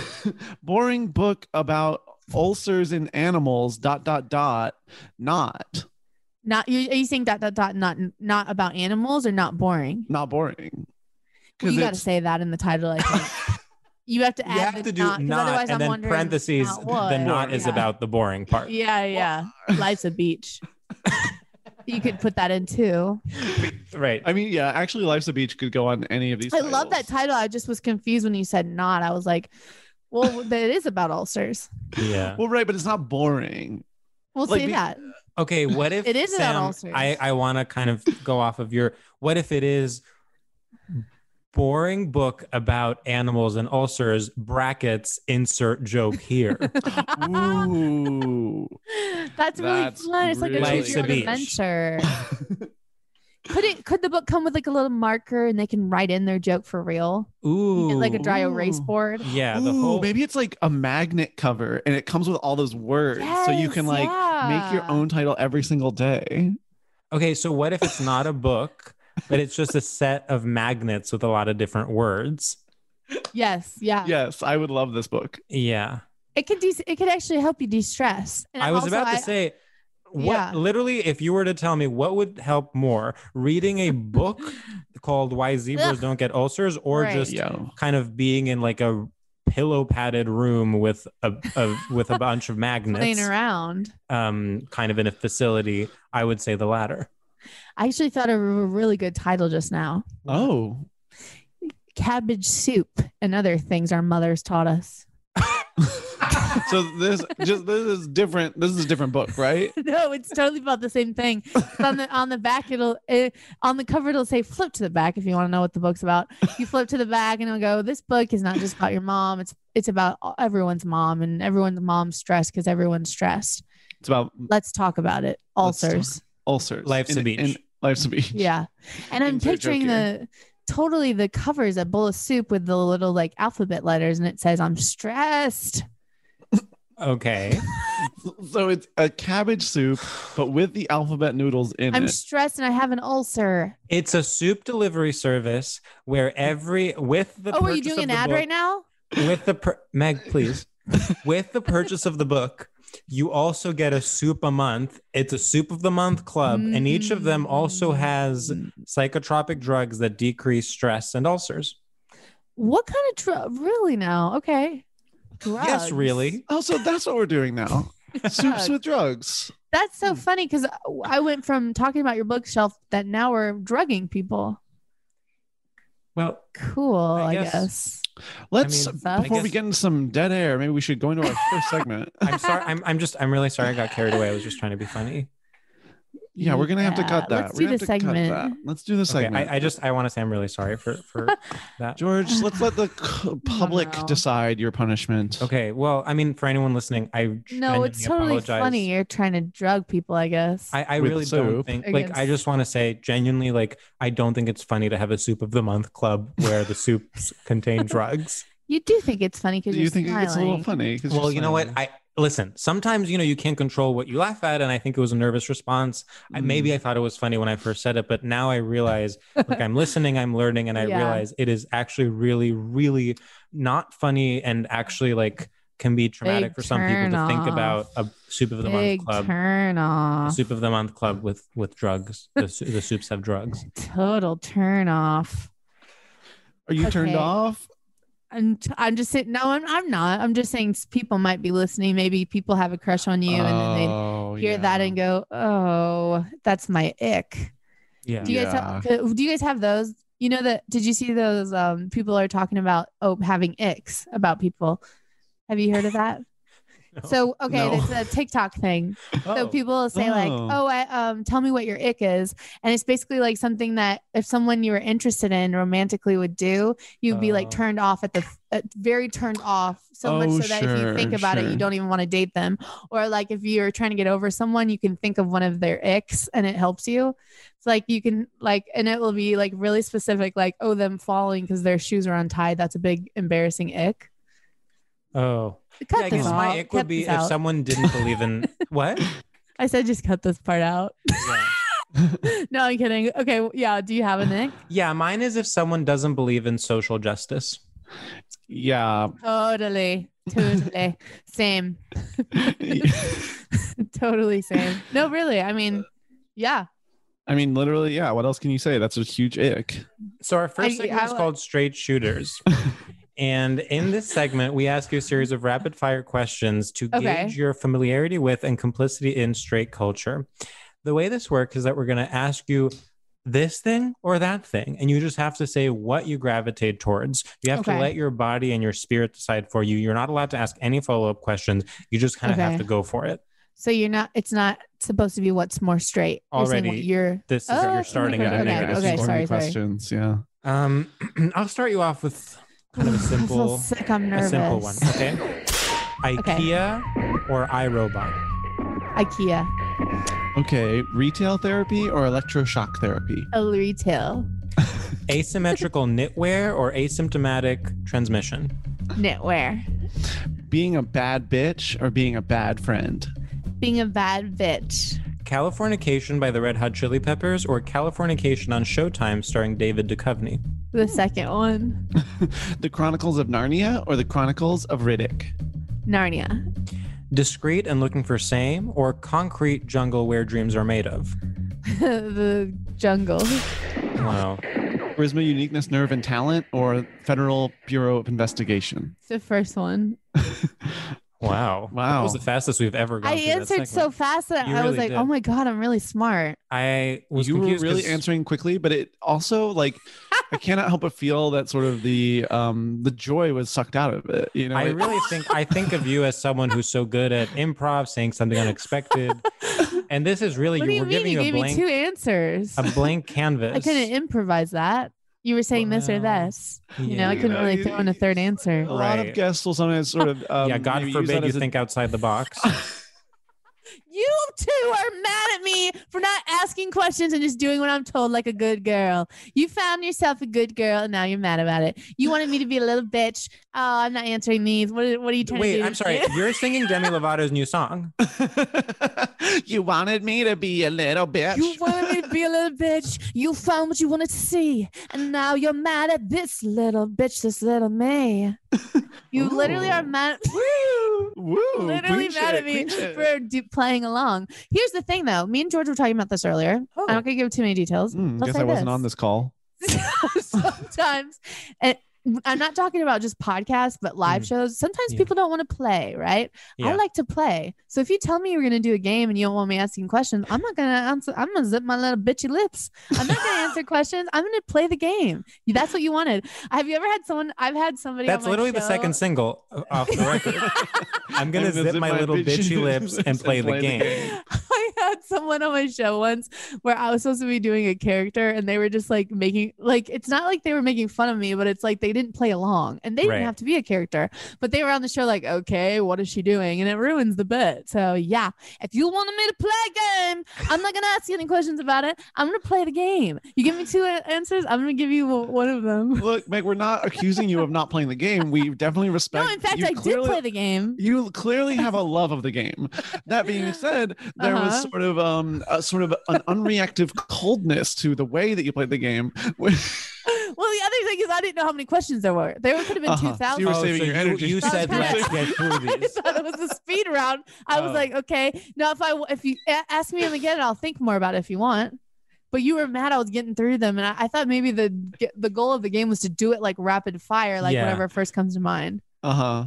boring book about ulcers in animals dot dot dot not Not you? Are you saying dot dot dot? Not not about animals or not boring? not boring Well, you got to it's say that in the title. I think you have to You add. have to the do not, 'cause not, otherwise I'm and then wondering parentheses, not the what. not is Yeah. about the boring part. Yeah, yeah. Life's a beach. you could put that in too. Right. i mean yeah actually life's a beach could go on any of these I love that titles. title. I just was confused when you said not. I was like, well, that is about ulcers. yeah. well right but it's not boring We'll Like say be- that. Okay, what if It is about Sam, ulcers. I, I want to kind of go off of your what if it is boring book about animals and ulcers brackets insert joke here. Ah. Ooh. That's really That's fun. It's like really a choose your own good. adventure. could it? Could the book come with like a little marker and they can write in their joke for real? You Ooh. get, like a dry erase Ooh. board. Yeah, the Ooh, whole maybe it's like a magnet cover and it comes with all those words. so you can Yes, like make your yeah. own title every single day. Okay, so what if it's not a book, but it's just a set of magnets with a lot of different words? Yes, yeah. Yes, I would love this book. Yeah. It could de- it could actually help you de-stress. And I was also, about to say What Yeah. literally, if you were to tell me what would help more, reading a book called Why Zebras Ugh. Don't Get Ulcers, or Right. just Yo. kind of being in like a pillow padded room with a, a with a bunch of playing magnets, around. um, kind of in a facility, I would say the latter. I actually thought of a really good title just now. Oh. Cabbage soup and other things our mothers taught us. so this just this is different. This is a different book, right? no, it's totally about the same thing. It's on the on the back, it'll eh, on the cover it'll say flip to the back if you want to know what the book's about. You flip to the back and it'll go. This book is not just about your mom. It's it's about all- everyone's mom and everyone's mom's stressed because everyone's stressed. It's about Let's talk about it. Let's talk. Ulcers. ulcers. Life's a In- beach. in- life's a beach. Yeah. And I'm Inside joke picturing the totally the cover is a bowl of soup with the little like alphabet letters and it says I'm stressed. Okay. So it's a cabbage soup, but with the alphabet noodles in I'm it. stressed and I have an ulcer. It's a soup delivery service where every with the oh, are you purchase doing of an the ad book- right now? with the pur- Meg, please. with the purchase of the book, you also get a soup a month. It's a soup of the month club, and each of them also Mm. has psychotropic drugs that decrease stress and ulcers. What kind of drug? Really now? Okay. Drugs. Yes, really. Oh, so that's what we're doing now. Soups Drugs. with drugs. That's so funny because I went from talking about your bookshelf that now we're drugging people. Well, Cool, I I, guess- guess. Let's I mean, I before we guess- get into some dead air, maybe we should go into our first segment. I'm sorry. I'm, I'm just, I'm really sorry I got carried away. I was just trying to be funny. Yeah, we're gonna have to Yeah, cut that. let's We're gonna do the Uh, have to cut segment. that. Let's do the Okay, segment. I, I just, I want to say I'm really sorry for, for that. George, let's let the c- public know. decide your punishment. Okay. Well, I mean, for anyone listening, I No, genuinely it's totally apologize. funny. You're trying to drug people, I guess. I, I with really don't soup. think I like I guess. just want to say genuinely like I don't think it's funny to have a soup of the month club where the soups contain drugs. you do think it's funny because Do you're you think smiling. it's a little funny? 'Cause Well, you're you know what? smiling. I listen, sometimes you know you can't control what you laugh at and I think it was a nervous response. I, maybe I thought it was funny when I first said it, but now I realize like I'm listening, I'm learning and I Yeah. realize it is actually really really not funny and actually like can be traumatic Big for some people to turn think off. about a soup of the Big month club. turn the off. Soup of the month club with with drugs. The, su- the soups have drugs. Total turn off. Are you turned Okay. off? I'm, t- I'm just saying, no, I'm, I'm not. I'm just saying s- people might be listening. Maybe people have a crush on you and then they Oh, hear that yeah. and go, "Oh, that's my ick." Yeah. Do you guys have, do you guys have those? You know that? Did you see those? Um, people are talking about oh having icks about people. Have you heard of that? So okay, No. it's a TikTok thing. So people will say like, Oh. "Oh, I, um, tell me what your ick is," and it's basically like something that if someone you were interested in romantically would do, you'd be Oh. like turned off at the uh, very turned off, so much Oh, so that if you sure, think about it, sure. you don't even want to date them. Or like if you're trying to get over someone, you can think of one of their icks, and it helps you. It's like you can like, and it will be like really specific, like oh, them falling because their shoes are untied. That's a big embarrassing ick. oh, Cut yeah, I this guess off. my ick Cut would be this if out. someone didn't believe in what? I said just cut this part out. Yeah. no, I'm kidding. Okay, w- yeah. Do you have a nick? yeah, mine is if someone doesn't believe in social justice. Yeah. Totally, totally, same, totally same. No, really. I mean, yeah. I mean, literally, yeah. What else can you eh, say? That's a huge ick. So our first I- segment I is li- called Straight Shooters. and in this segment, we ask you a series of rapid fire questions to Okay. gauge your familiarity with and complicity in straight culture. The way this works is that we're going to ask you this thing or that thing, and you just have to say what you gravitate towards. You have to Okay. let your body and your spirit decide for you. You're not allowed to ask any follow up questions. You just kind of have Okay. to go for it. So you're not. It's not supposed to be what's more straight. You're saying Already- what you're. This is Oh, your okay, starting okay, at a okay, negative. okay, score. sorry, sorry. questions. Yeah. Um, I'll start you off with kind of a I feel simple. sick. I'm nervous. A simple one, okay? IKEA or iRobot? IKEA, Okay. Retail therapy or electroshock therapy? El Retail, Asymmetrical knitwear or asymptomatic transmission? knitwear, Being a bad bitch or being a bad friend? being a bad bitch, Californication by the Red Hot Chili Peppers or Californication on Showtime starring David Duchovny? the second one, The Chronicles of Narnia or the Chronicles of Riddick? Narnia, discreet and looking for same, or concrete jungle where dreams are made of? the jungle. Wow. Charisma, uniqueness, nerve, and talent, or Federal Bureau of Investigation? It's the first one. Wow. That Wow. was the fastest we've ever gone. I through that answered so segment. fast that You I was really like, did. oh my God, I'm really smart. I was you were confused really 'cause- answering quickly, but it also like I cannot help but feel that sort of the um the joy was sucked out of it. You know, I It- really think I think of you as someone who's so good at improv, saying something unexpected, and this is really what you do you were mean giving you you a gave me blank, two answers? a blank canvas. I couldn't improvise that. You were saying this or Well, this. You know, I yeah. couldn't really You- throw in a third answer. a lot Right. of guests will sometimes sort of um, yeah, God maybe use forbid that you as a- think outside the box. You two are mad at me for not asking questions and just doing what I'm told like a good girl. You found yourself a good girl and now you're mad about it. You wanted me to be a little bitch. Oh, I'm not answering these. What are, what are you trying to Wait, do? I'm sorry. You're singing Demi Lovato's new song. you wanted me to be a little bitch. You wanted me to be a little bitch. You found what you wanted to see. And now you're mad at this little bitch, this little me. You literally are Ooh. mad. Woo, Oh, literally queen mad shit, at me queen shit. for do- playing along. Here's the thing, though. Me and George were talking about this earlier. Oh. I'm not going to give too many details. Mm, I'll guess say I wasn't on this call. sometimes and i'm not talking about just podcasts but live Mm. shows sometimes Yeah. people don't want to play right Yeah. i like to play so if you tell me you're going to do a game and you don't want me asking questions i'm not going to answer i'm going to zip my little bitchy lips i'm not going to answer questions i'm going to play the game that's what you wanted have you ever had someone i've had somebody on That's my literally the show- second single uh, off the record. I'm gonna zip, my, little bitchy lips and play, the, game. I had someone on my show once where I was supposed to be doing a character and they were just like making like it's not like they were making fun of me, but it's like they didn't play along and they didn't Right. have to be a character. But they were on the show like, okay, what is she doing? And it ruins the bit. So yeah, if you wanted me to play a game, I'm not gonna ask you any questions about it. I'm gonna play the game. You give me two a- answers, I'm gonna give you o- one of them. Look, Meg, we're not accusing you of not playing the game. We definitely respect. No, in fact, you I did clearly- play the game. You clearly have a love of the game. That being said, there was Uh-huh. sort of um a, sort of an unreactive coldness to the way that you played the game. Well, the other thing is I didn't know how many questions there were. There could have been Uh-huh. So 2,000. You were saving your Oh, you, energy. you That was said kinda- let's get through I these. thought it was a speed round. I was Oh. like, okay, now if I if you a- ask me them again, I'll think more about it if you want. But you were mad I was getting through them, and I, I thought maybe the g- the goal of the game was to do it like rapid fire, like Yeah. whatever first comes to mind. Uh huh.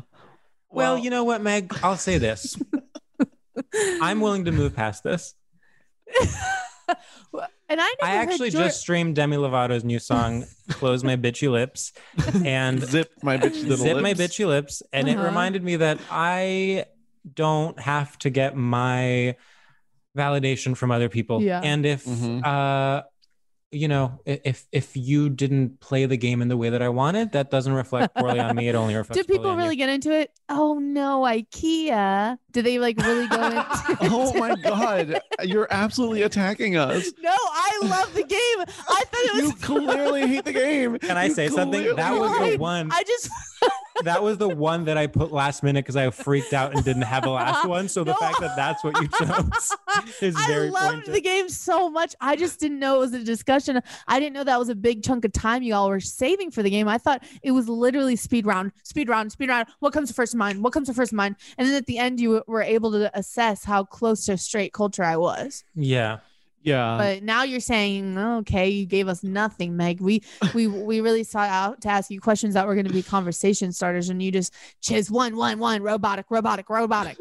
Well, you know what, Meg? I'll say this. I'm willing to move past this. And I I never heard actually Geor- just streamed Demi Lovato's new song, Close My Bitchy Lips, and zip my bitchy little Zip lips. My Bitchy Lips. And it Uh-huh. reminded me that I don't have to get my validation from other people. Yeah. And if, Mhm. uh, you know, i- if if you didn't play the game in the way that I wanted, that doesn't reflect poorly on me. It only reflects. Did poorly people on you. really get into it? Oh no, IKEA. Did they like really go into? Oh my god, you're absolutely attacking us. No, I love the game. I thought it You was. clearly hate the game. Can I You say something? That clearly was hate the Why? one. I just That was the one that I put last minute because I freaked out and didn't have a last one. So the No. fact that that's what you chose is I very loved pointed. the game so much. I just didn't know it was a discussion. I didn't know that was a big chunk of time you all were saving for the game. I thought it was literally speed round, speed round, speed round. What comes to first in mind? What comes to first in mind? And then at the end, you were able to assess how close to straight culture I was. Yeah. Um, Yeah. But now you're saying, okay, you gave us nothing, Meg. We we we really sought out to ask you questions that were going to be conversation starters, and you just chiz one one one robotic robotic robotic.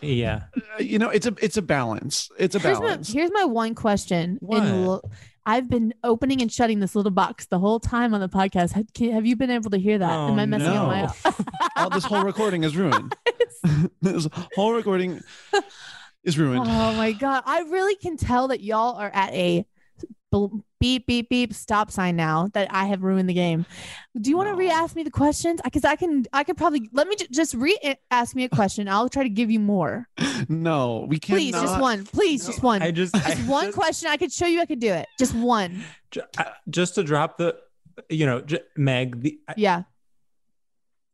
Yeah. Uh, you know, it's a it's a balance. It's a Here's my, balance. here's my one question. What? And l- I've been opening and shutting this little box the whole time on the podcast. Had- can- Have you been able to hear that? Oh, Am I messing up my? All this whole recording is ruined. this whole recording is ruined. oh my god! I really can tell that y'all are at a bl- beep beep beep stop sign now that I have ruined the game. Do you want to No. re-ask me the questions? Because I can, I could probably let me ju- just re-ask me a question. I'll try to give you more. No, we can't. Please, just one. Please, just one. I just, I just one just- question. I could show you. I could do it. Just one. ju- I- just to drop the, you know, j- Meg, the, I- Yeah.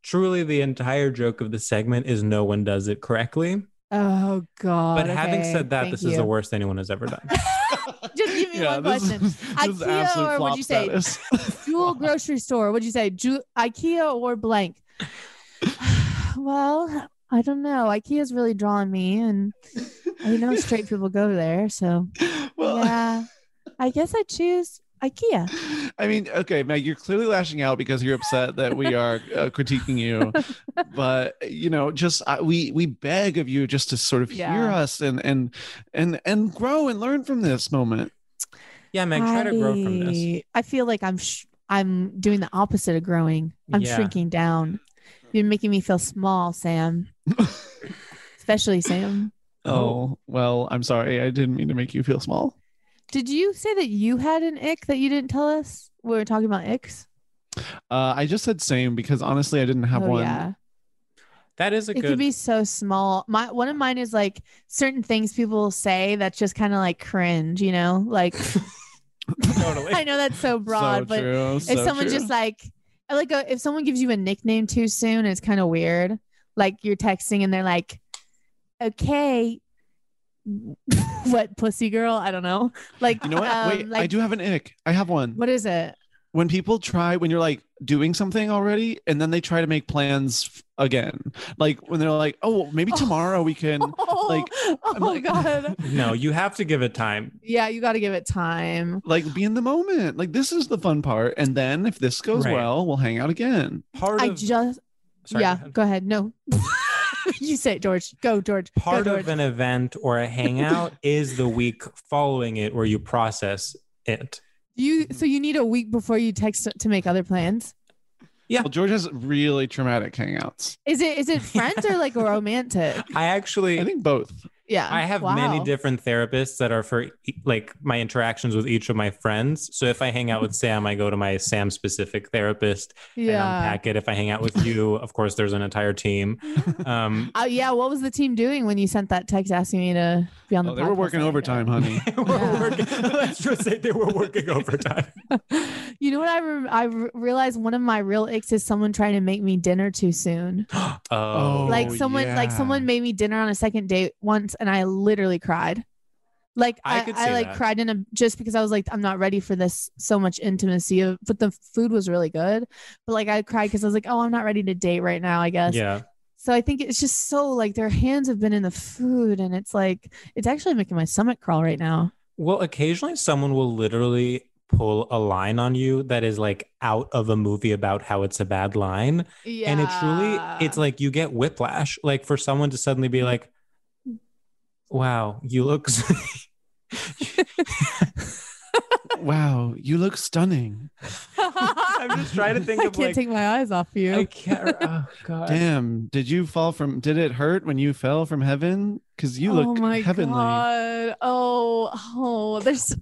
truly the entire joke of the segment is no one does it correctly. Oh God! But having okay. said that, Thank this is you. the worst anyone has ever done. Just give me one this question. is- this is IKEA absolute or flop what'd you say? status. Jewel grocery store. What'd you say? Ju- IKEA or blank? well, I don't know. IKEA's really drawing me, and I know straight people go there. So Well, yeah, I guess I choose IKEA. I mean, okay, Meg, you're clearly lashing out because you're upset that we are uh, critiquing you, but you know, just I, we we beg of you just to sort of hear Yeah. us and and and and grow and learn from this moment. Yeah, Meg, try to grow from this. I- I feel like I'm sh- I'm doing the opposite of growing. I'm Yeah. shrinking down. You're making me feel small, Sam. Especially Sam. Oh well, I'm sorry, I didn't mean to make you feel small. Did you say that you had an ick that you didn't tell us? We were talking about icks. Uh, I just said same because honestly, I didn't have oh one. yeah, That is a it good. could be so small. My one of mine is like certain things people say that's just kind of like cringe. You know, like totally. I know that's so broad, so but true, if so someone true. just like I like a, if someone gives you a nickname too soon it's kind of weird like you're texting and they're like okay what pussy girl i don't know like you know what? um, Wait, I like, do have an ick. I have one. what is it when people try when you're like doing something already and then they try to make plans f- again like when they're like oh maybe Oh. tomorrow we can oh, like, oh I'm like- god no, you have to give it time. yeah you got to give it time like be in the moment like this is the fun part and then if this goes Right. well we'll hang out again Part i of just sorry, yeah go ahead. go ahead, no you say it george go george Go, part George. of an event or a hangout is the week following it where you process it. you Mm-hmm. so you need a week before you text to make other plans Yeah. well george has really traumatic hangouts is it is it friends or like romantic i I actually think both yeah I have many wow. different therapists that are for e- like my interactions with each of my friends. So if I hang out with Sam, I go to my Sam specific therapist and unpack it. If I hang out with you, of course, there's an entire team. Um, Uh, yeah. What was the team doing when you sent that text asking me to be on the? oh, they were podcast working that overtime honey they were Yeah. working, let's just say they were working overtime. day? you know what? I re- I re- realized one of my real icks is someone trying to make me dinner too soon. Oh, like someone, like yeah. someone made me dinner on a second date once, and I literally cried. Like I I, could I, see like that. cried in a just because I was like, I'm not ready for this so much intimacy. Of, but the food was really good. But like I cried because I was like, oh, I'm not ready to date right now. I guess. yeah. So I think it's just so like their hands have been in the food, and it's like it's actually making my stomach crawl right now. Well, occasionally someone will literally pull a line on you that is like out of a movie about how it's a bad line. Yeah. And it truly, it's like you get whiplash. Like for someone to suddenly be like, wow, you look. s- wow you look stunning I'm just trying to think I of can't like. take my eyes off you. I can't. Oh, God. damn did you fall from did it hurt when you fell from heaven because you oh look my heavenly god. Oh, oh, there's.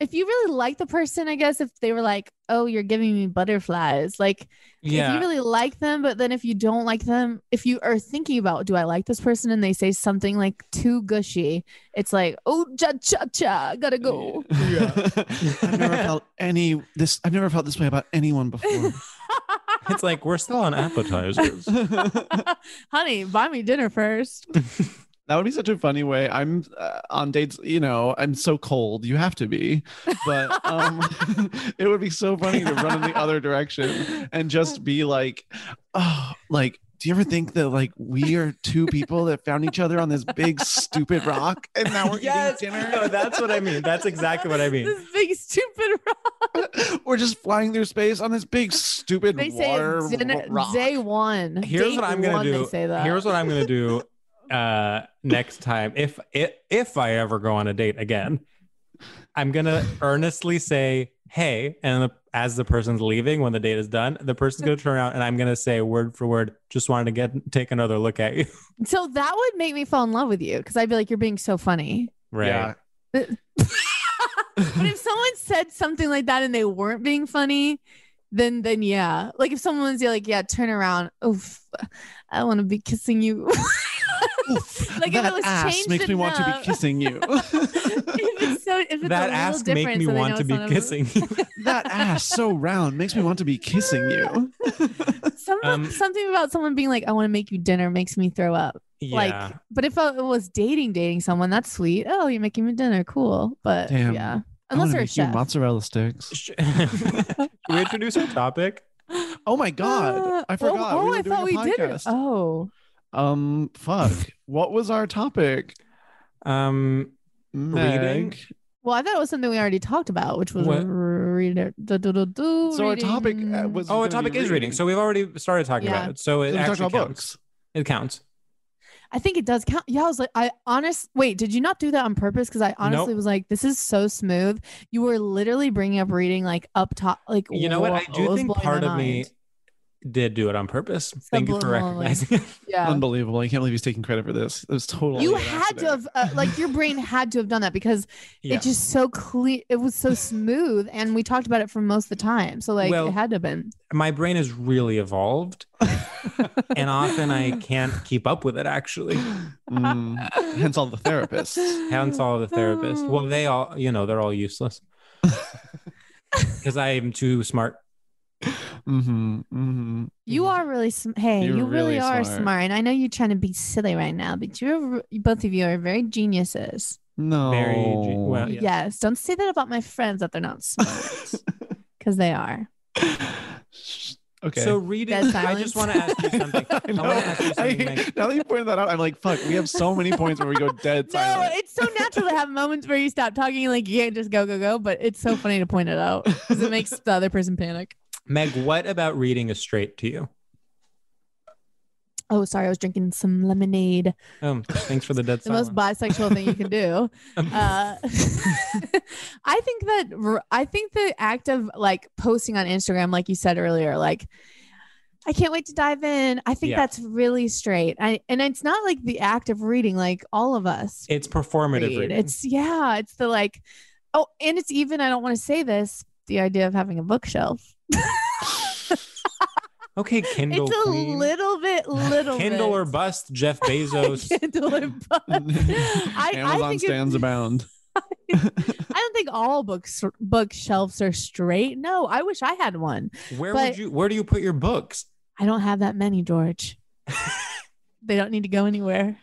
If you really like the person, I guess if they were like, "Oh, you're giving me butterflies," like if Yeah. you really like them, but then if you don't like them, if you are thinking about, "Do I like this person?" and they say something like too gushy, it's like, "Oh, cha cha cha, gotta go." I've never felt any this. I've never felt this way about anyone before. It's like we're still on appetizers. that Honey, buy me dinner first. would be such a funny way. I'm uh, on dates. You know, I'm so cold. You have to be, but um, it would be so funny to run in the other direction and just be like, oh, like. Do you ever think that like we are two people that found each other on this big stupid rock and now we're eating dinner? No, that's what I mean. That's exactly what I mean. This big stupid We're just flying through space on this big stupid They say water din- ro- rock. day one. Here's Date what I'm gonna one, do. They say that. Here's what I'm gonna do uh, next time if if if I ever go on a date again. I'm gonna earnestly say hey, and the, as the person's leaving, when the date is done, the person's gonna turn around and I'm gonna say word for word, just wanted to get take another look at you. so that would make me fall in love with you because I'd be like, you're being so funny. Right. But if someone said something like that and they weren't being funny, then then yeah. Like if someone's like, yeah, turn around. Oof, I want to be kissing you. Oof, Like, if it that was ass changed makes me want to enough. be kissing you. if it's so, if it's a That little ass make different, me so they want know to it's be not a- kissing you. that ass so round makes me want to be kissing you. Some, Um, something about someone being like, I want to make you dinner makes me throw up. yeah. Like, but if I was dating dating someone, that's sweet. Oh, you're making me dinner, cool. But Damn. yeah, I wanna unless you're a make you chef. mozzarella sticks. Should we introduce our topic? Oh my god, Uh, I oh, forgot. we Oh, were I doing thought a we did. it. podcast. Oh, Um, fuck. what was our topic? Um, Reading? Meg? Well, I thought it was something we already talked about, which was What? reader. Du, du, du, du, So our topic reading. uh, was. oh, gonna a be topic is reading. So we've already started talking Yeah. about it. So So it we talked actually about counts. books. It counts. I think it does count. Yeah, I was like, I honest. Wait, did you not do that on purpose? Because I honestly Nope. was like, this is so smooth. You were literally bringing up reading like up top. Like You know what? I whoa, it do was think blowing part my of me mind. did do it on purpose. Thank you for Subliminally. recognizing. it. Yeah. Unbelievable! I can't believe he's taking credit for this. It was total. You an had to accident. have uh, like your brain had to have done that because yeah. it just so clear. It was so smooth, and we talked about it for most of the time. So like Well, it had to have been. My brain is really evolved, and often I can't keep up with it. Actually, Mm, hence all the therapists. hence all the therapists. Well, they all, you know, they're all useless because I am too smart. Mm-hmm, mm-hmm. You are really sm- hey, You're you really, really are smart. smart. and I know you're trying to be silly right now, but you're r- both of you are very geniuses. no Very ge- well, Oh, yeah. Yes, don't say that about my friends that they're not smart because they are. okay. So reading, Dead I just silence. want to ask you something. I, I know. want to ask you something. I- Meg. now that you pointed that out, I'm like, fuck. We have so many points where we go dead No, silent. it's so natural to have moments where you stop talking, like you can't just go go go. But it's so funny to point it out because it makes the other person panic. Meg, what about reading is straight to you? Oh, sorry, I was drinking some lemonade. Um, thanks for the dead the silence. most bisexual thing you can do. Um, uh, I think that r- I think the act of like posting on Instagram, like you said earlier, like I can't wait to dive in. I think Yeah. that's really straight. I and it's not like the act of reading, like all of us it's performative read. reading. It's yeah, it's the like oh, and it's even I don't want to say this, the idea of having a bookshelf. okay, Kindle. it's a queen. little bit, little Kindle bit. or bust, Jeff Bezos. Kindle or bust. I, I Amazon think it- stands abound. I don't think all books bookshelves are straight. No, I wish I had one. Where would But- you? Where do you put your books? I don't have that many, George. they don't need to go anywhere.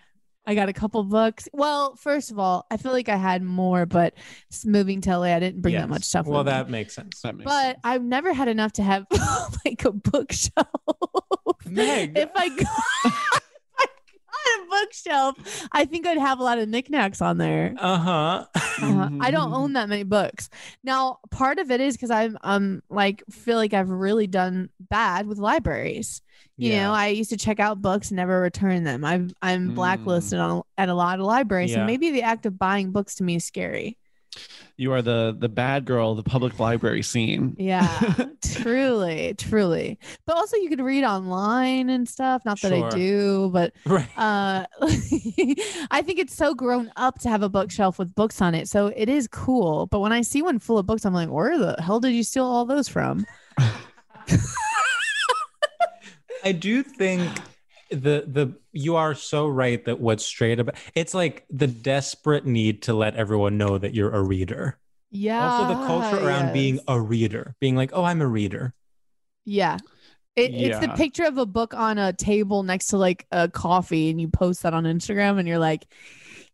I got a couple books. Well, first of all, I feel like I had more, but s- moving to LA, I didn't bring Yes. that much stuff. Well, with me. that makes sense. That makes But I've never had enough to have like a bookshelf. Meg. if I got, if I got a bookshelf, I think I'd have a lot of knickknacks on there. Uh huh. Uh, I don't Mhm. own that many books. Now, part of it is because I'm um like feel like I've really done bad with libraries. You know, I used to check out books and never return them. I've I'm Mm. blacklisted on at a lot of libraries, Yeah. so maybe the act of buying books to me is scary. you are the the bad girl, of the public library scene. Yeah, truly, truly. But also, you could read online and stuff. Not that Sure. I do, but Right. uh, I think it's so grown up to have a bookshelf with books on it. So it is cool. But when I see one full of books, I'm like, where the hell did you steal all those from? I do think the the you are so right that what's straight about it's like the desperate need to let everyone know that you're a reader. Yeah. also the Ah, culture around being a reader, being like, "Oh, I'm a reader." Yeah. It, It's Yeah. the picture of a book on a table next to like a coffee, and you post that on Instagram, and you're like,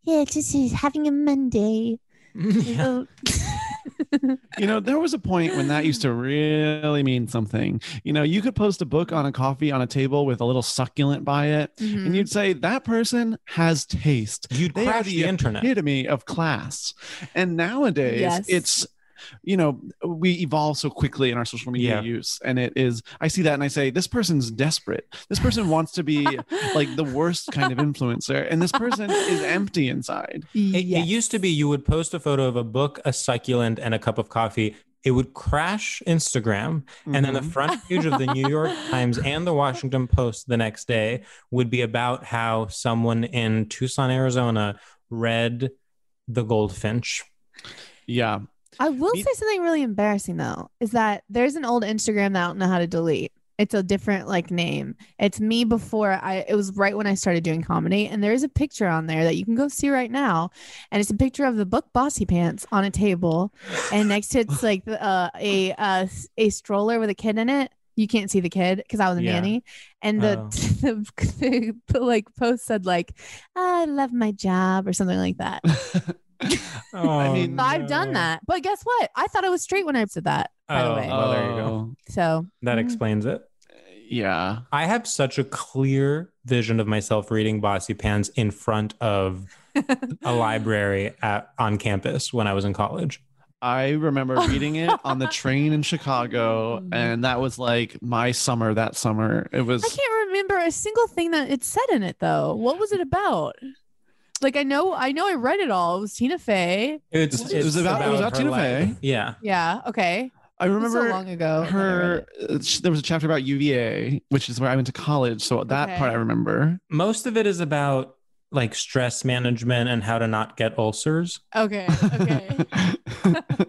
yeah, just uh, having a Monday. Yeah. Oh. You know, there was a point when that used to really mean something. You know, you could post a book on a coffee on a table with a little succulent by it, Mhm. and you'd say that person has taste. You'd They are crash the the internet. epitome of class. And nowadays, Yes. it's you know we evolve so quickly in our social media Yeah. use, and it is. I see that, and I say, this person's desperate. This person wants to be like the worst kind of influencer, and this person is empty inside. It, it used to be you would post a photo of a book, a succulent, and a cup of coffee. It would crash Instagram, and then the Mhm. front page of the New York Times and the Washington Post the next day would be about how someone in Tucson, Arizona, read "The Goldfinch." yeah, I will Me- say something really embarrassing though, is that there's an old Instagram that I don't know how to delete. It's a different like name. It's me before I it was right when I started doing comedy and there is a picture on there that you can go see right now and it's a picture of the book Bossy Pants on a table and next to it's like the, uh, a uh, s- a stroller with a kid in it. You can't see the kid because I was a Yeah. nanny and the, Oh. the, the like post said like I love my job or something like that. I mean, So I've done that. But guess what? I thought I was straight when I said that, by the Oh, way. Mm-hmm. Well, there you go. So That Mm. explains it. yeah. I have such a clear vision of myself reading Bossy Pants in front of a library at, on campus when I was in college. I remember reading it on the train in Chicago, and that was like my summer that summer. It was I can't remember a single thing that it said in it though. What was it about? Like I know, I know, I read it all. It was Tina Fey. It's, It was it's about- it was about her Tina life. Fey. Yeah. Yeah. Okay. I It was remember so long ago. when I read her it. uh, sh- there was a chapter about UVA, which is where I went to college, so that part Okay. I remember. Most of it is about like stress management and how to not get ulcers. Okay.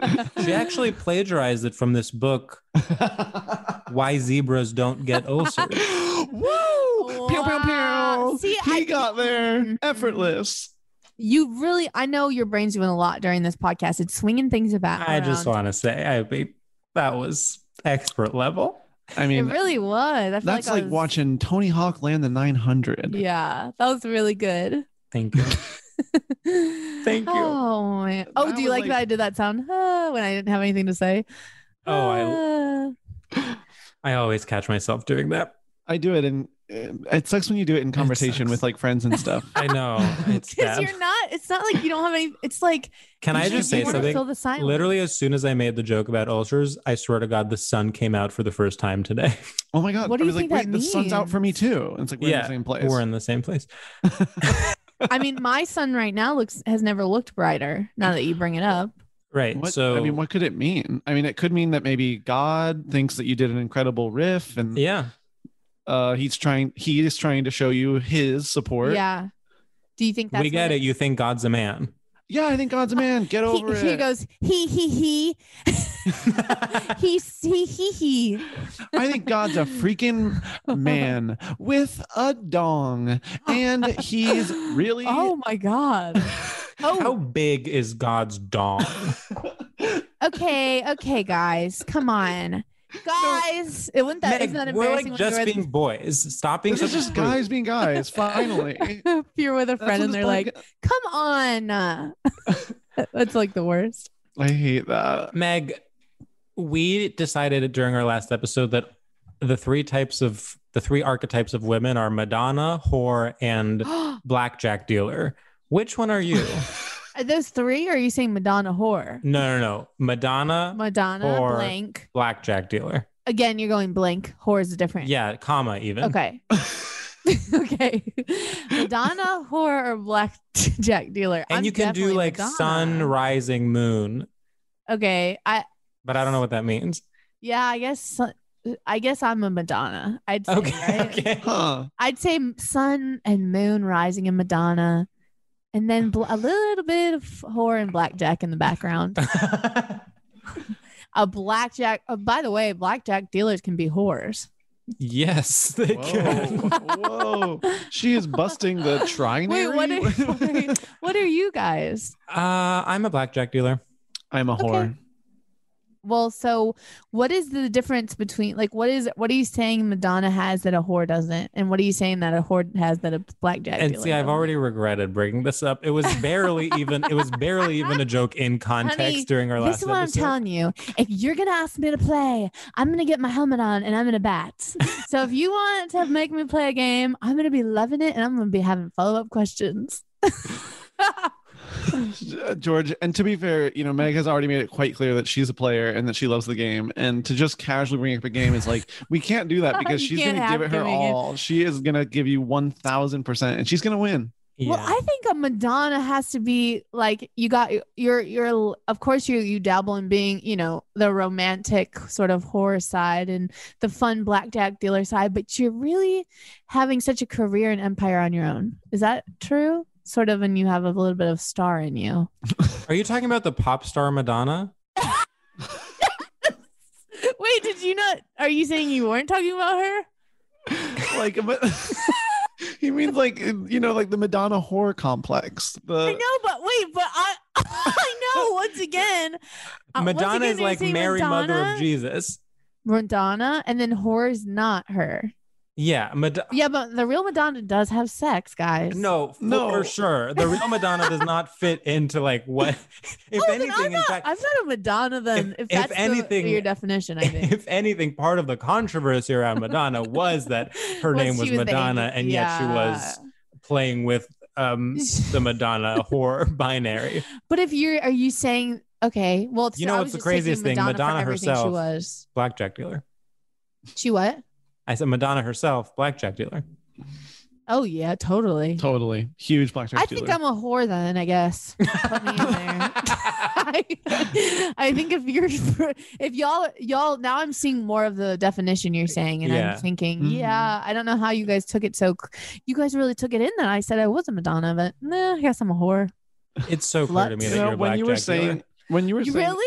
Okay. She actually plagiarized it from this book, Why Zebras Don't Get Ulcers. Woo! Pew pew Wow. pew. See, he I- got there. Mm. Effortless. You really, I know your brain's doing a lot during this podcast. It's swinging things about. I just want to say, I mean, that was expert level. I mean, it really was. I feel that's I like, was- watching Tony Hawk land the 900. Yeah, that was really good. Thank you. Thank you. Oh, man. oh, That do you was like, like- that I did that sound "Huh," when I didn't have anything to say? Oh, I- Huh. I always catch myself doing that. I do it, and it sucks when you do it in conversation sucks. with like friends and stuff. I know. It's Because bad. you're not. It's not like you don't have any. It's like. Can you I just say wanna Fill something? the silence. Literally, as soon as I made the joke about ulcers, I swear to God, the sun came out for the first time today. Oh my god! What I do you was think like, that wait, the sun's out for me means? too. And it's like we're in Yeah, the same place. We're in the same place. I mean, my son right now looks has never looked brighter. Now that you bring it up. Right. What- so, I mean, what could it mean? I mean, it could mean that maybe God thinks that you did an incredible riff, and yeah. uh, he's trying. He is trying to show you his support. Yeah. Do you think that's we what get it. You think God's a man. yeah. I think God's a man. Get He, over he it. goes he he he he he he he. I think God's a freaking man with a dong, and he's really. Oh my god. Oh. How big is God's dong? Okay, okay, guys, come on, guys. it wouldn't that Meg, isn't that we're embarrassing? like when just you're being boys. Stop being This such is just a prude. guys being guys. Finally. with, if you're with a That's friend what and this they're like, "Come on," uh, that's like the worst. I hate that. Meg, we decided during our last episode that the three types of the three archetypes of women are Madonna, whore, and are blackjack dealer. Which one are you? those three? Or are you saying Madonna whore, no, no, no. Madonna, Madonna Whore. blank? blackjack dealer. Again, you're going blank. Whore is different. Yeah, comma even. Okay. okay. Madonna whore or blackjack dealer. And I'm you can do definitely like Madonna. sun, rising, moon, Okay. I but I don't know what that means. yeah. I guess. sun- I guess I'm a Madonna. I'd say, Okay. right? Okay. Huh. I'd say m- sun and moon rising in Madonna, and then bl- a little bit of whore and blackjack in the background. A blackjack. Oh, by the way, blackjack dealers can be whores. yes. They can. Whoa. Whoa. She is busting the trinary. Wait, what are, what are you guys? Uh, I'm a blackjack dealer. I'm a whore. Well, so what is the difference between like what is what are you saying Madonna has that a whore doesn't, and what are you saying that a whore has that a blackjack? and dealer see, I've doesn't? already regretted bringing this up. It was barely even. It was barely even a joke in context Honey, during our last This is what episode. I'm telling you. If you're gonna ask me to play, I'm gonna get my helmet on and I'm gonna bat. so if you want to make me play a game, I'm gonna be loving it and I'm gonna be having follow up questions. Uh, George, and to be fair, you know, Meg has already made it quite clear that she's a player and that she loves the game. And to just casually bring up a game is like, we can't do that because You she's can't gonna give it have her giving it- all. She is gonna give you one thousand percent and she's gonna win. Yeah. Well, I think a Madonna has to be like you got you're you're of course you you dabble in being you know the romantic sort of horror side and the fun blackjack dealer side, but you're really having such a career and empire on your own. Is that true? Sort of, and you have a little bit of star in you. Are you talking about the pop star Madonna? Wait, did you not? Are you saying you weren't talking about her? Like but he means like you know, like the Madonna horror complex. I The know, but wait, but I I know once again. uh, once Madonna again, is you're like saying Mary, mother Madonna? of Jesus. Madonna, and then horror is not her. Yeah, Madonna. Yeah, but the real Madonna does have sex, guys. No, for No. sure. The real Madonna does not fit into like what, if Oh, then I'm anything, in not, fact, I'm not a Madonna then. If, if that's the- anything- your definition, I think. if anything, part of the controversy around Madonna was that her Well, name she was the Madonna, angel- and yet she was playing with um the Madonna whore binary. Yeah. But if you're, are you saying okay? Well, You know I what's was the just taking craziest thing? Madonna, for Madonna everything herself. She was. Blackjack dealer. She what? I said Madonna herself, blackjack dealer. Oh yeah, totally. Totally. Huge black I think I'm a whore then. I guess. Put me in there. I, I think if you're if y'all y'all now I'm seeing more of the definition you're saying and Yeah. I'm thinking Mhm. yeah I don't know how you guys took it so c- you guys really took it in that I said I was a Madonna but nah I guess I'm a whore It's so clear to me You that know, you're a when blackjack you were saying dealer. when you were you saying really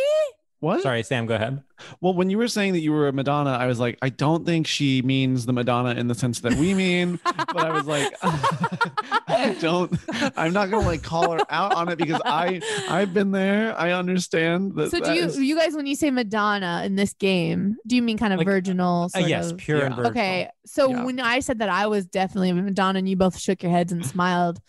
what? Sorry, Sam, go ahead. Well, when you were saying that you were a Madonna, I was like, I don't think she means the Madonna in the sense that we mean. but I was like, I don't. I'm not gonna like call her out on it because I I've been there. I understand that. so do that you is- you guys when you say Madonna in this game do you mean kind of Like, virginal Uh, sort yes, of? pure Yeah. and virginal. okay so Yeah. when I said that I was definitely a Madonna and you both shook your heads and smiled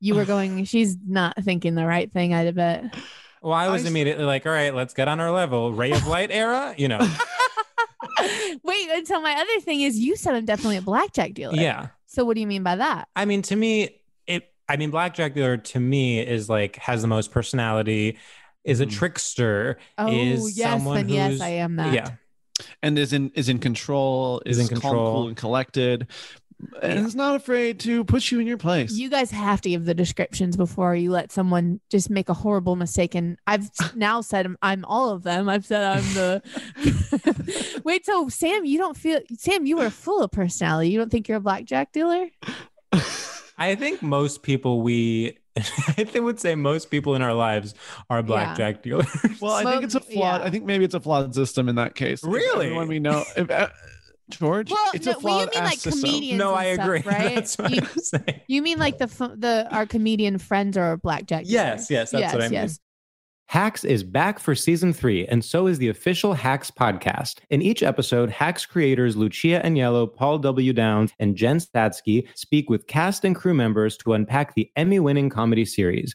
you were going she's not thinking the right thing I bet. Well, I was I s- immediately like, all right, let's get on our level. Ray of light era, you know. Wait, and so my other thing is you said I'm definitely a blackjack dealer. yeah. So what do you mean by that? I mean, to me, it. I mean, blackjack dealer to me is like has the most personality. Is a Mhm. trickster. Oh Is yes, someone then yes, who's- I am that. Yeah. and is in is in control. Is Is, in calm, control. cool, and collected, and is not afraid to put you in your place. You guys have to give the descriptions before you let someone just make a horrible mistake. And I've s- now said I'm, I'm all of them. I've said I'm the. Wait, so Sam, you don't feel Sam, you are full of personality. You don't think you're a blackjack dealer? I think most people we. I think would say most people in our lives are blackjack dealers. well, I think it's a Smoke- flawed. yeah. I think maybe it's a flawed system in that case. If Really? everyone we know. If, uh, George, Well, it's no, a well, you flawed mean ass like system. comedians. no, and I stuff, agree. right? That's what You- I'm saying. You mean like the f- the our comedian friends are a blackjack? dealer? Yes, yes, that's yes, what I mean. Yes. Hacks is back for season three, and so is the official Hacks podcast. In each episode, Hacks creators Lucia Agnello, Paul W. Downs, and Jen Statsky speak with cast and crew members to unpack the Emmy winning comedy series.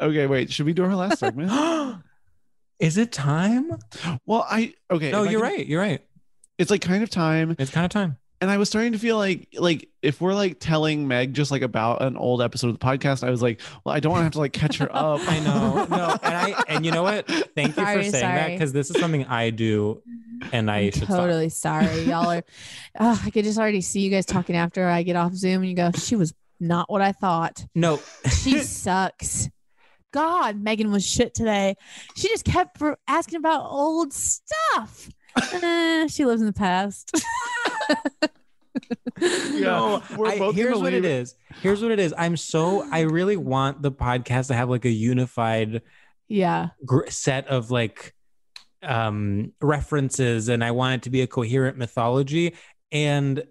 Okay, wait, should we do our last segment? Is it time? well, I okay. No, if I you're can- right. You're right. It's like kind of time, It's kind of time. and I was starting to feel like like if we're like telling Meg just like about an old episode of the podcast, I was like, well, I don't want to have to like catch her up. I know. No, and I and you know what? Thank you Sorry, for saying that sorry. because this is something I do, and I I'm should stop. totally sorry. Y'all are, Ugh, I could just already see you guys talking after I get off Zoom and you go, she was not what I thought. No, She sucks. God, Megan was shit today. She just kept r- asking about old stuff. Eh, she lives in the past. no. we're I- both here's gonna what it leave- is. Here's what it is. I'm so. I really want the podcast to have like a unified yeah. gr- set of like um, references and I want it to be a coherent mythology. And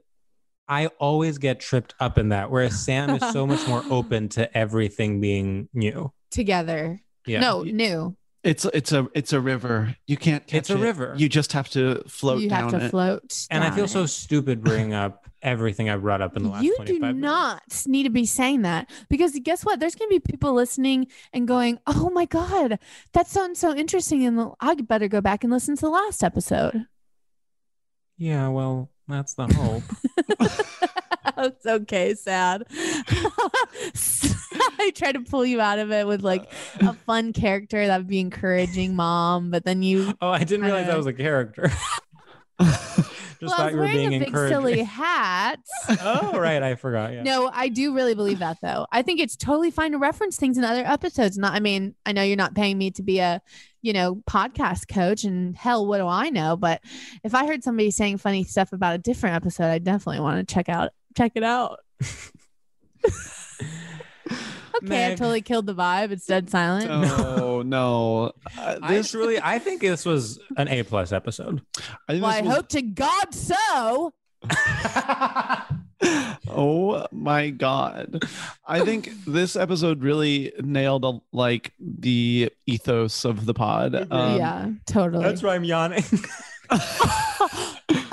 I always get tripped up in that, whereas Sam is so much more open to everything being new. together. Yeah. No, new. It's it's a it's a river. You can't catch It's a it. river. You just have to float you down have to it. float. And I down feel so it. stupid bringing up everything I've brought up in the last you 25 do minutes. not need to be saying that because guess what? There's going to be people listening and going, "Oh my god, that sounds so interesting," and I better go back and listen to the last episode. Yeah, well, that's the hope. it's okay, sad. I try to pull you out of it with like a fun character that would be encouraging, mom. But then you, oh, I didn't realize I was a character. Just well, I thought was you were wearing being a big encouraged. silly hat. oh, right. I forgot. Yeah. No, I do really believe that though. I think it's totally fine to reference things in other episodes. Not, I mean, I know you're not paying me to be a, you know, podcast coach, and hell, what do I know? But if I heard somebody saying funny stuff about a different episode, I definitely want to check out check it out. Okay, I Meg. totally killed the vibe. It's dead silent. Oh. No, no. Uh, I this, truly, I think this was an A plus episode. I, think well, this I was- hope to God so. oh my god i think this episode really nailed uh, like the ethos of the pod Um, yeah, totally. That's why I'm yawning.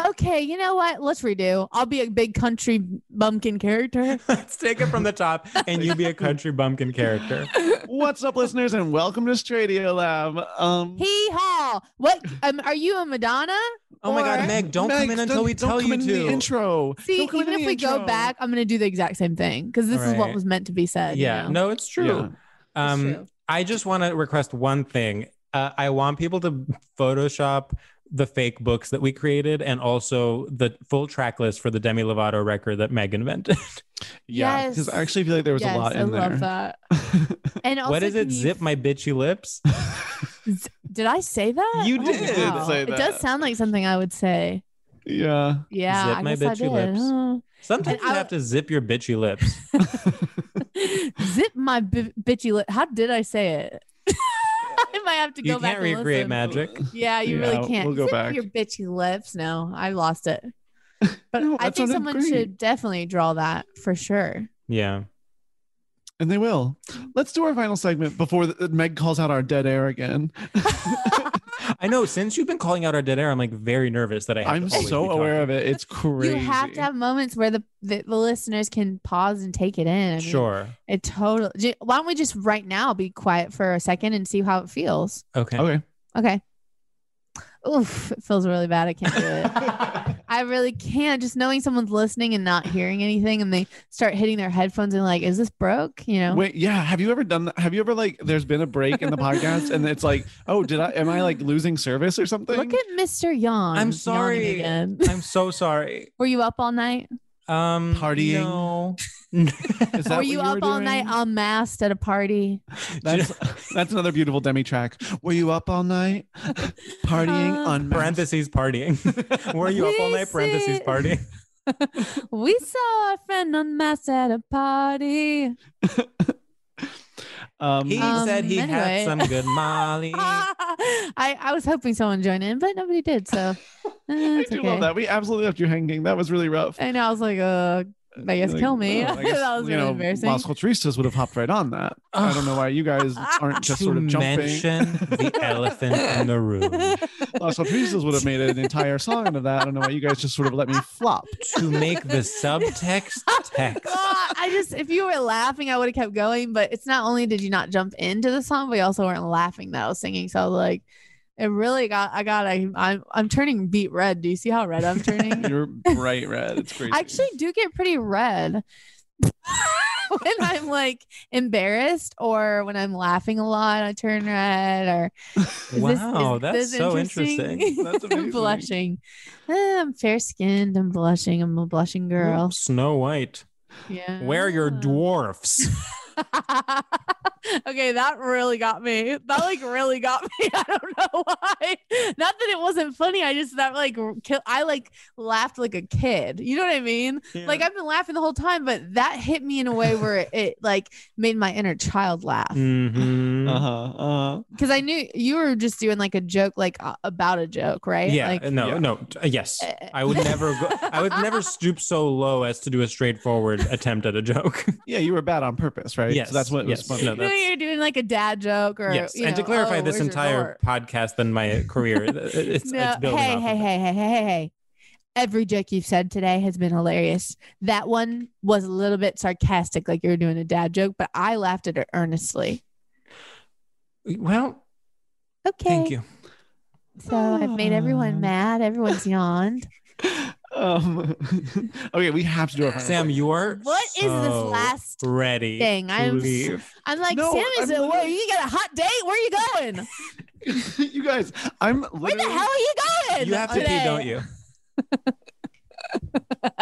Okay, you know what? Let's redo. I'll be a big country bumpkin character. Let's take it from the top and you be a country bumpkin character. what's up listeners and welcome to stradio lab um Hee haw! What? Um, are you a Madonna? Oh my Or- God, Meg, don't come Meg, in until don't- we don't tell come you in to. the intro See, Don't come in even the if we go intro. back, I'm going to do the exact same thing because this is what Alright. was meant to be said. you Yeah, know? no, it's true. It's Um, true. I just want to request one thing. Uh, I want people to Photoshop the fake books that we created and also the full track list for the Demi Lovato record that Meg invented. yeah Yes. because i actually feel like there was yes, a lot I in there love that. And also, what is can it? you- Zip my bitchy lips? Did I say that? You Oh, did wow. say It does that. sound like something I would say. yeah Yeah, Zip I my guess I bitchy did. lips. huh? Sometimes And you I- have to zip your bitchy lips. Zip my b- bitchy lip. How did I say it? I might have to go You back. can't and recreate listen. magic. Yeah, you Yeah, really can't. we'll go Zip back. Your bitchy lips. No, I lost it. But No, I that think sounded someone great. should definitely draw that for sure. Yeah. and they will let's do our final segment before the, meg calls out our dead air again I know. Since you've been calling out our dead air, I'm like very nervous that I. Have i'm so aware of it it's crazy You have to have moments where the, the the listeners can pause and take it in. I mean, Sure. It totally. j- Why don't we just right now be quiet for a second and see how it feels? Okay. okay Okay. Oof, it feels really bad. I can't do it. I really can't. Just knowing someone's listening and not hearing anything, and they start hitting their headphones and like, "Is this broke?" You know. Wait, yeah. Have you ever done that? Have you ever like there's been a break in the podcast and it's like, oh, did I am I like losing service or something? Look at Mr. Yawn. I'm yawning sorry. Again. I'm so sorry. Were you up all night? Um, Partying. no. Is that Were what you, up were all night doing? unmasked at a party? That's that's another beautiful demi track. Were you up all night partying Uh, on parentheses partying. Were you up all night? Parentheses Listen. partying. we saw our friend unmasked at a party. Um, He Um, said he anyway. had some good Molly. I, I was hoping someone joined in, but nobody did. So eh, I it's do okay. love that. We absolutely left you hanging. That was really rough. And I was like, uh, I guess Like, kill me. oh, I guess, that was you really know, embarrassing. Los Culturistas would have hopped right on that. I don't know why you guys aren't just to sort of jumping. mention the elephant in the room. Los Culturistas would have made an entire song out of that. I don't know why you guys just sort of let me flop. to make the subtext text. God, I just, if you were laughing, I would have kept going. But it's not only did you not jump into the song, but you also weren't laughing that I was singing. So I was like, it really got, I got, I, I'm, I'm turning beet red. Do you see how red I'm turning? You're bright red. It's crazy. I actually do get pretty red when I'm like embarrassed or when I'm laughing a lot, I turn red or Is this- Wow, is that's this so interesting. That's amazing. I'm blushing. Eh, I'm fair skinned. I'm blushing. I'm a blushing girl. Ah. Snow White. Yeah. Where are your dwarfs? okay, Okay, that really got me. That like really got me. I don't know why. Not that it wasn't funny. I just that like ki- I like laughed like a kid. You know what I mean? Like I've been laughing the whole time, but that hit me in a way where it, it like made my inner child laugh Mhm. Uh huh. Uh-huh. because I knew you were just doing like a joke, like uh, about a joke, right? Yeah, Like, no, Yeah. no, uh, yes. I would never go, I would never stoop so low as to do a straightforward attempt at a joke. Yeah, you were bad on purpose, right? Yes, So that's what yes. was funny. No, You know, you're doing like a dad joke or yes. you And to know, clarify "Oh, this where's your entire door?" podcast than my career, it- it's, no, it's building hey, off hey, of it. hey, hey, hey, hey, hey. Every joke you've said today has been hilarious. That one was a little bit sarcastic, like you were doing a dad joke, but I laughed at it earnestly. Well, Okay. thank you. So I've made everyone mad. Everyone's yawned. Um, okay, we have to do our final Sam, you are What is this so last ready thing? to I'm s- leave. I'm like, No, Sam, I'm is it, whoa, literally- you got a hot date? Where are you going? you guys, I'm Where the literally- hell are you going? You have to today? pee, don't you?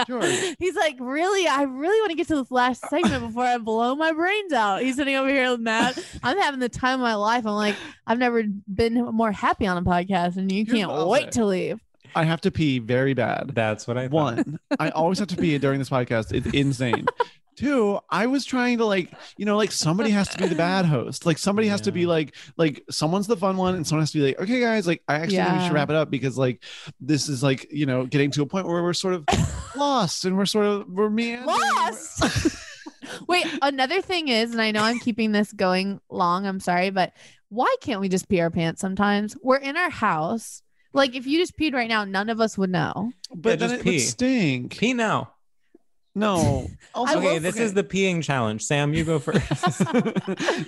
George. He's like, really? I really want to get to this last segment before I blow my brains out. He's sitting over here mad. I'm having the time of my life. I'm like, I've never been more happy on a podcast, and you You can't love wait it. to leave. I have to pee very bad. That's what I thought. One, I always have to pee during this podcast. It's insane. Two, I was trying to like, you know, like somebody has to be the bad host. Like somebody has to be Yeah. like, like someone's the fun one, and someone has to be like, okay, guys, like I actually think we Yeah. should wrap it up because like this is like, you know, getting to a point where we're sort of lost and we're sort of we're meandering. Lost. wait, another thing is, and I know I'm keeping this going long. I'm sorry, but why can't we just pee our pants sometimes? We're in our house. Like, if you just peed right now, none of us would know. But Yeah, then just it pee. would stink. Pee now. No. I okay, will- this is the peeing challenge. Sam, you go first.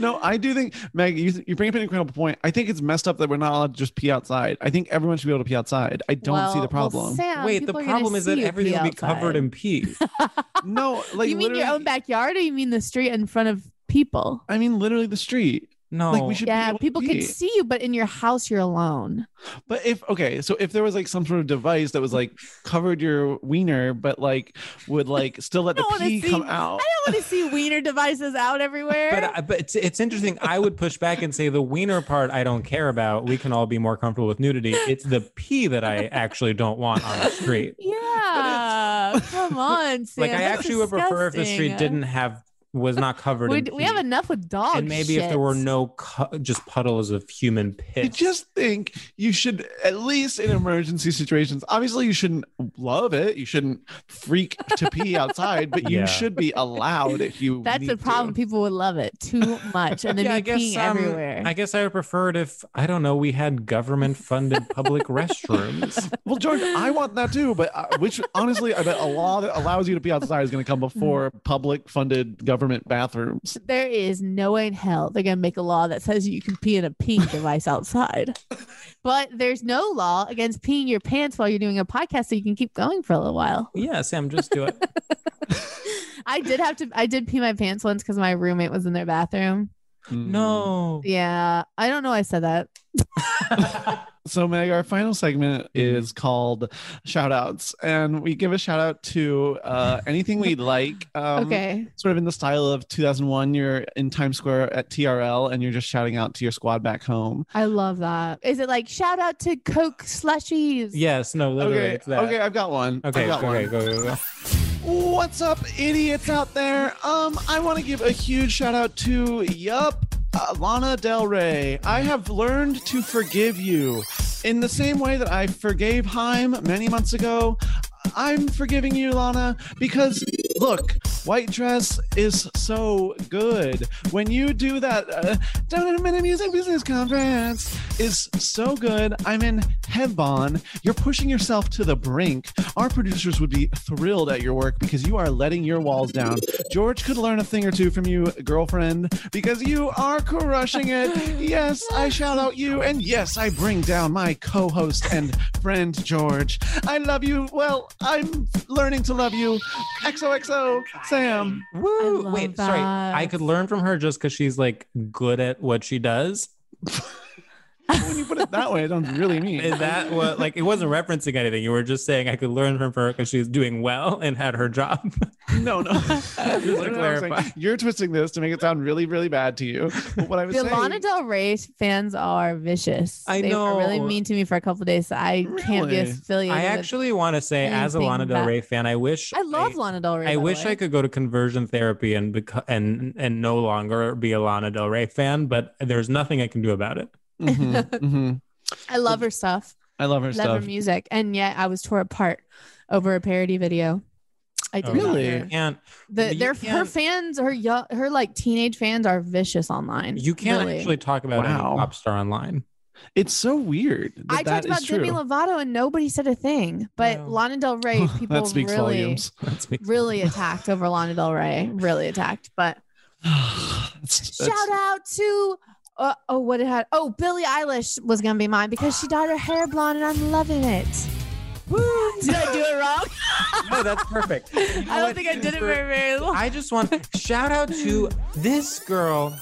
no, I do think Meg, you, you bring up an incredible point. I think it's messed up that we're not allowed to just pee outside. I think everyone should be able to pee outside. I don't see Well- the well, problem. Sam, Wait, the people are gonna problem is see that you everything pee will be covered outside. in pee. no, like you mean your literally- own backyard or you mean the street in front of people? I mean literally the street. No. Like we should. be Yeah, able to people pee. can see you, but in your house you're alone. But if okay, so if there was like some sort of device that was like covered your wiener, but like would like still let I don't the wanna pee see- come out. I don't want to see wiener devices out everywhere. Oh. But, I- but it's, it's interesting. I would push back and say the wiener part I don't care about. We can all be more comfortable with nudity. It's the pee that I actually don't want on the street. yeah, come on, Sam. like I that's actually would prefer if the street disgusting. didn't have was not covered We, in we have pee. enough with dogs. and maybe if there were no cu- just puddles of human piss. I just think you should, at least in emergency situations, obviously you shouldn't love it. You shouldn't freak to pee outside, but Yeah. you should be allowed if you. That's need the To. problem. People would love it too much, and they'd yeah, I be guess peeing um, everywhere. I guess I would prefer it if I don't know we had government funded public restrooms. Well, George, I want that too, but uh, which honestly, I bet a law that allows you to pee outside is going to come Mm. before public funded government bathrooms. There is no way in hell they're going to make a law that says you can pee in a peeing device outside. But there's no law against peeing your pants while you're doing a podcast so you can keep going for a little while. yeah, Sam, just do it. I did have to, I did pee my pants once because my roommate was in their bathroom. No. Yeah. I don't know why I said that. So, Meg, our final segment Mm-hmm. is called shout outs, and we give a shout out to uh, anything we like. Um, okay. sort of in the style of 2001 you're in times square at trl and you're just shouting out to your squad back home I love that. Is it like shout out to Coke slushies? Yes, no, literally okay it's that. okay i've got one I've Okay, got okay, one. go, go, go. what's up idiots out there um i want to give a huge shout out to yup uh, lana del rey i have learned to forgive you in the same way that i forgave heim many months ago i'm forgiving you lana because look white dress is so good when you do that uh, down in a music business conference is so good i'm in headbon you're pushing yourself to the brink our producers would be thrilled at your work because you are letting your walls down george could learn a thing or two from you girlfriend because you are crushing it yes i shout out you and yes i bring down my co-host and friend george i love you well i'm learning to love you xoxo sam Woo! love Wait, sorry. I that. could learn from her just because she's like good at what she does. when you put it that way, it sounds really mean. Is that what like it wasn't referencing anything? You were just saying I could learn from her because she's doing well and had her job. No, no. Just to clarify. you're twisting this to make it sound really, really bad to you. But what I was The saying, Lana Del Rey fans are vicious. I they were really know. mean to me for a couple of days. So I can't be Really? affiliated. I with- actually want to say, as a anything Lana Del that- Rey fan, I wish I love Lana Del Rey. by I the wish way. I could go to conversion therapy and beco- and and no longer be a Lana Del Rey fan, but there's nothing I can do about it. Mhm, mhm. I love her stuff. I love her Love stuff. her music, and yet I was torn apart over a parody video. I did not Really? care. And The, You their her can't- fans, her young, her like teenage fans are vicious online. you can't really. actually talk about any Wow. pop star online. It's so weird. That I that talked is about true. Demi Lovato and nobody said a thing, but Wow. Lana Del Rey people that speaks really, volumes. That's me. really attacked over Lana Del Rey. Really attacked, but That's- that's- shout out to uh, oh what it had oh Billie Eilish was gonna be mine because she dyed her hair blonde and I'm loving it. Woo! Did I do it wrong? No, that's perfect. You know I what? don't think I did it very very long. I just want shout out to this girl.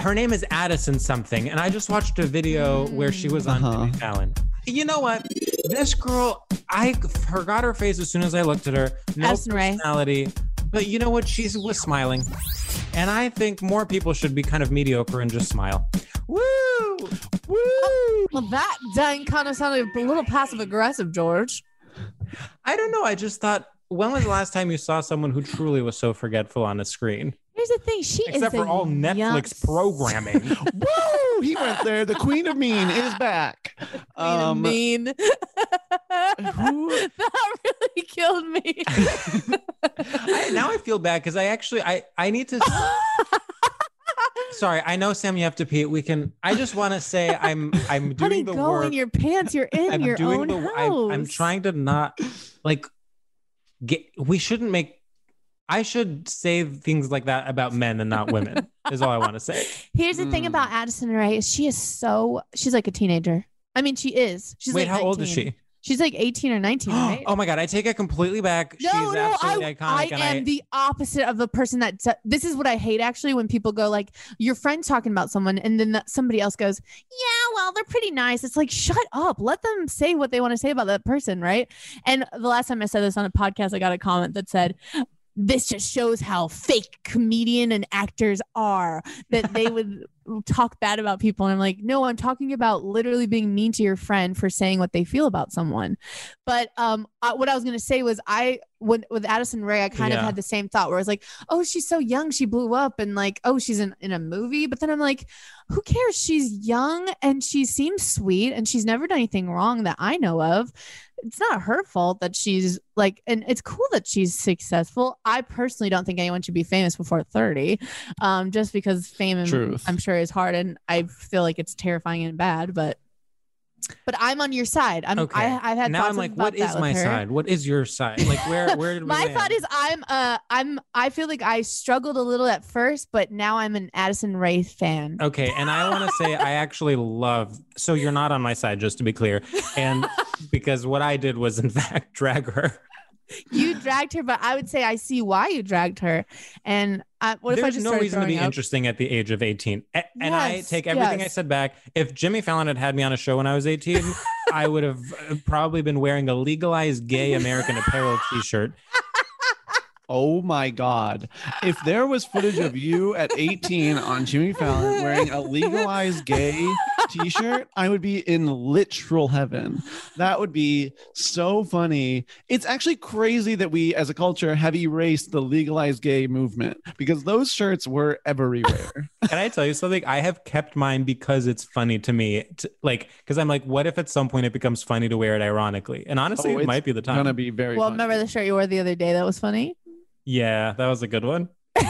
Her name is Addison something, and I just watched a video where she was on Uh-huh. Jimmy Fallon. You know what? This girl, I forgot her face as soon as I looked at her. No Addison Rae. personality, but you know what? She was smiling, and I think more people should be kind of mediocre and just smile. Woo! Woo! Well, that dang kind of sounded a little passive aggressive, George. I don't know. I just thought, when was the last time you saw someone who truly was so forgetful on a screen? Here's the thing, she is Except for a all Netflix young- programming. Woo! He went there. The queen of mean is back. I Um, mean, who- that really killed me. I, now I feel bad because I actually I I need to. Sorry, I know Sam, you have to pee. We can. I just want to say I'm I'm doing Honey, the go work. in your pants. You're in I'm your doing own the. house. I'm, I'm trying to not like get. We shouldn't make. I should say things like that about men and not women. is all I want to say. Here's the Hmm. thing Mm. about Addison Rae is she is so she's like a teenager. I mean, she is. She's Wait, like how old is 19. she? She's like 18 or 19, right? oh my god, I take it completely back. No, She's no, absolutely I, iconic. I and am I, the opposite of the person that. t- this is what I hate actually when people go like your friend's talking about someone and then that somebody else goes, yeah, well they're pretty nice. It's like shut up, let them say what they want to say about that person, right? And the last time I said this on a podcast, I got a comment that said. This just shows how fake comedian and actors are that they would talk bad about people. And I'm like, no, I'm talking about literally being mean to your friend for saying what they feel about someone. But um, I, what I was gonna say was I when with Addison Ray, I kind of Yeah. had the same thought where I was like, oh, she's so young, she blew up, and like, oh, she's in in a movie. But then I'm like, who cares? She's young and she seems sweet and she's never done anything wrong that I know of. It's not her fault that she's like, and it's cool that she's successful. I personally don't think anyone should be famous before 30, um, just because fame, and- Truth. I'm sure, is hard. And I feel like it's terrifying and bad, but but I'm on your side. I'm okay. I, I've had now thoughts I'm like, about what that is with my her. side? What is your side? Like where where did we my land? thought is I'm uh I'm I feel like I struggled a little at first, but now I'm an Addison Rae fan. Okay, and I want to say I actually love. So you're not on my side, just to be clear, and because what I did was in fact drag her. You dragged her, but I would say I see why you dragged her. And I, what if I There's just no started reason to throwing be up? interesting at the age of 18, A- and I Yes, take everything I yes. said back. If Jimmy Fallon had had me on a show when I was 18, I would have uh, probably been wearing a legalized gay American apparel T-shirt. oh my God. If there was footage of you at 18 on Jimmy Fallon wearing a legalized gay t shirt, I would be in literal heaven. That would be so funny. It's actually crazy that we as a culture have erased the legalized gay movement because those shirts were everywhere. Can I tell you something? I have kept mine because it's funny to me. T- like, because I'm like, what if at some point it becomes funny to wear it ironically? And honestly, Oh, it it's might be the time. Gonna be very Well, funny. remember the shirt you wore the other day? That was funny. Yeah, that was a good one. I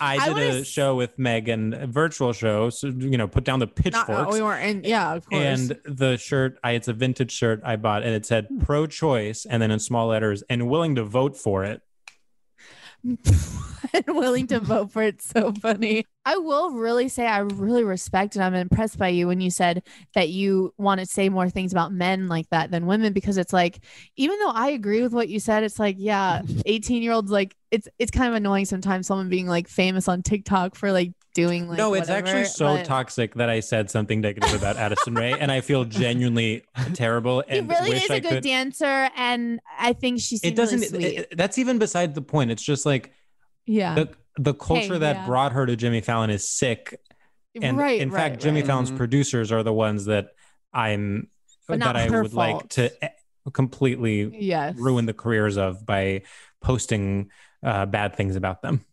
I did wanna a s- show with Megan, a virtual show. So, you know, put down the Not oh, pitchforks. we weren't in. Yeah, of course. and the shirt, I, it's a vintage shirt I bought, and it said Hmm. pro choice, and then in small letters, and willing to vote for it. and willing to vote for it. So funny. I will really say I really respect and I'm impressed by you when you said that you want to say more things about men like that than women because it's like, even though I agree with what you said, it's like, yeah, 18 year olds like it's it's kind of annoying sometimes someone being like famous on TikTok for like doing like no, it's actually whatever, so but- toxic that I said something negative about Addison Ray, and I feel genuinely terrible. He And really wish is I a good could. dancer, and I think she It seemed doesn't. really it- sweet. it- that's even beside the point. It's just like yeah, the the culture that yeah. brought her to Jimmy Fallon is sick, and right. in right, fact, Jimmy right. Fallon's Mhm. producers are the ones that I'm Mm-hmm. But that not I her would like fault. to eh, completely Yes, ruin the careers of by posting uh, bad things about them.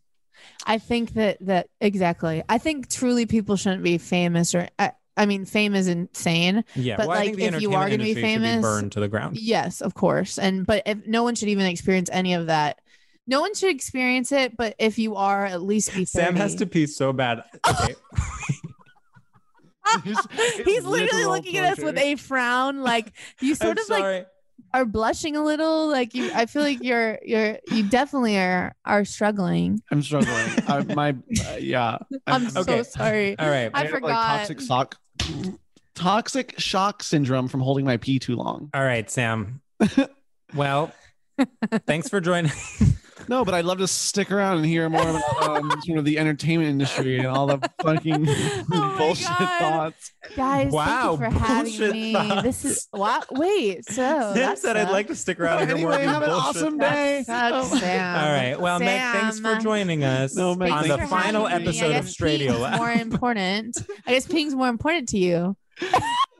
I think that that exactly. I think truly people shouldn't be famous, or I, I mean, fame is insane. Yeah, But, well, I like, think the if you are entertainment gonna be industry should famous- burned to the ground. Yes, of course. And but if no one should even experience any of that. No one should experience it, but if you are, at least be 30. Sam has to pee so bad. Okay. It's- it's He's literally literal looking at us with torture. a frown, like you I'm sort of like sorry. are blushing a little. Like you, I feel like you're you're you definitely are are struggling. I'm struggling. I, my uh, yeah. I'm Okay. so sorry. All right. I have, like, forgot. toxic shock. Toxic shock syndrome from holding my pee too long. All right, Sam. Well, thanks for joining. No, but I'd love to stick around and hear more about um, sort of the entertainment industry and all the fucking Oh my bullshit God. thoughts. Guys, Wow, thank you for having bullshit me. thoughts. This is wow. Wait, so uh, Sam that said I'd sucks. like to stick around and hear more Anyway, of have your an bullshit. awesome thoughts. day. That sucks, Oh. Sam. All right. Well, Meg, thanks for Um, Sam. joining us No, Meg, on Thanks the for final having me. I episode of guess peeing Stradio is Lab. More important. I guess peeing's more important to you.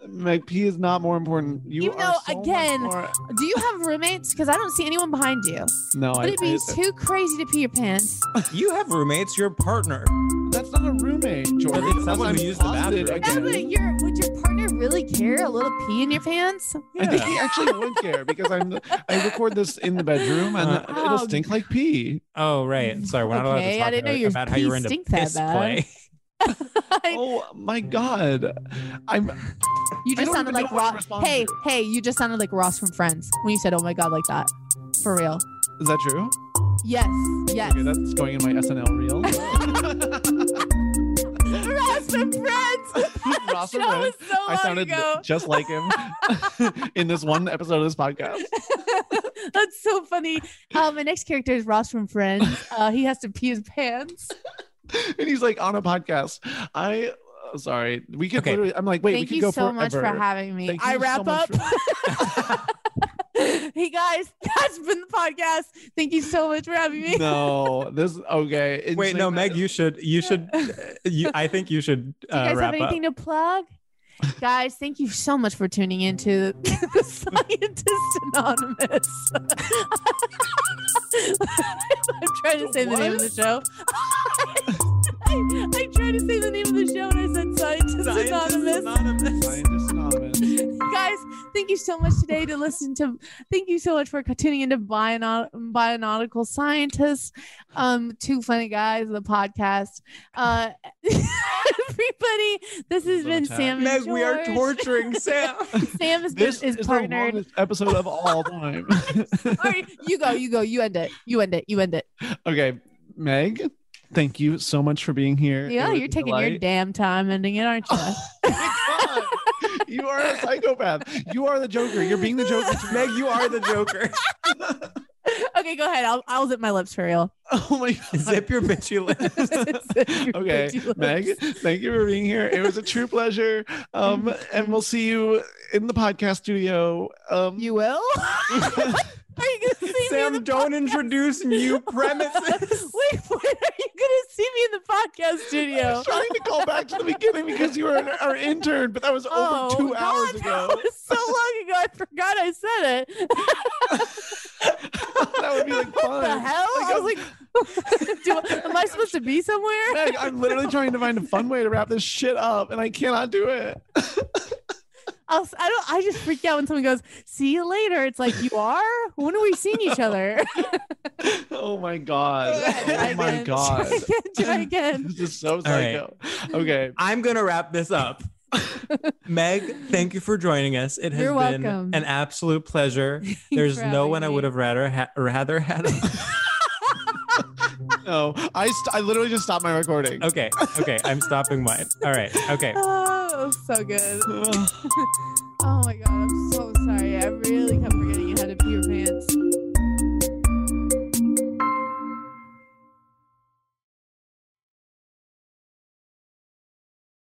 My pee is not more important. You, You are know, so much again- more- Do you have roommates? Because I don't see anyone behind you. No, Would I, it be I- too crazy to pee your pants? You have roommates, your partner. That's not a roommate, George. it's someone who used the Closeted bathroom. No, again. but your would your partner really care a little pee in your pants? I think he actually would care because I'm I record this in the bedroom and Uh, it'll stink like pee. Oh, right. Sorry, we're not allowed to Okay, talk I didn't know about, your about how you pee were into stink that piss bad. play. Oh my god. I'm You I just don't sounded even like know what to Ross. respond Hey, to. hey, you just sounded like Ross from Friends when you said, "Oh my God," like that. For real. is that true? Yes. Yes. Okay, that's going in my SNL reel. Ross from Friends. Ross That and Ren. was so long I sounded ago. just like him in this one episode of this podcast. That's so funny. Uh, my next character is Ross from Friends. Uh, he has to pee his pants. And he's like on a podcast. I uh, sorry. We could Okay. literally I'm like, wait, we Thank could you go so much for forever. having me. Thank I you so wrap much up. hey guys, that's been the podcast. Thank you so much for having me. no, this okay. Wait, no, insane- Meg, you should, you should, uh, you, I think you should Do you uh, guys have wrap up. anything to plug? Guys, thank you so much for tuning in to the Scientist Anonymous. I'm trying to say the name of the show. I, I tried to say the name of the show and I said Scientist, Anonymous. Scientist Anonymous. Guys, thank you so much today to listen to. Thank you so much for tuning into Bionaut- Bionautical Scientists, um, Two Funny Guys, the podcast. Uh, everybody, this has So been tired. Sam. and Meg, we are George. torturing Sam. Sam has This been, is, is the partnered. longest episode of all time. Sorry, you go, you go, you end it, you end it, you end it. okay, Meg, thank you so much for being here. Yeah, you're taking your damn time ending it, aren't you? damn. you are a psychopath. You are the Joker. You're being the Joker. to Meg, you are the Joker. okay, go ahead. I'll, I'll zip my lips for real. Oh my god. Zip your bitchy lips. Okay, Meg, thank you for being here. It was a true pleasure. Um, and we'll see you in the podcast studio. Um, You will? are you gonna see me in the Sam, don't introduce new premises. Wait, when are you gonna see me in the podcast I studio? was trying to call back to the beginning because you were an- our intern, but that was over Oh, two God, hours That ago. was so long ago. I forgot I said it. That would be like What the fun. hell? I was like, do, am I supposed to be somewhere? Meg, I'm literally trying to find a fun way to wrap this shit up, and I cannot do it. I'll, s- I don't. I just freak out when someone goes, "See you later." It's like you are. When are we seeing each other? Oh my god. Try Oh my again. god. Try again. Try again. This is so right. psycho. Okay. I'm going to wrap this up. Meg, thank you for joining us. It has You're been welcome. an absolute pleasure. There's for no having one I me. would have rather ha- rather had. No, I st- I literally just stopped my recording. okay, okay, I'm stopping mine. All right, okay. Oh, so good. Oh my god, I'm so sorry. I really kept forgetting you had to pee your pants.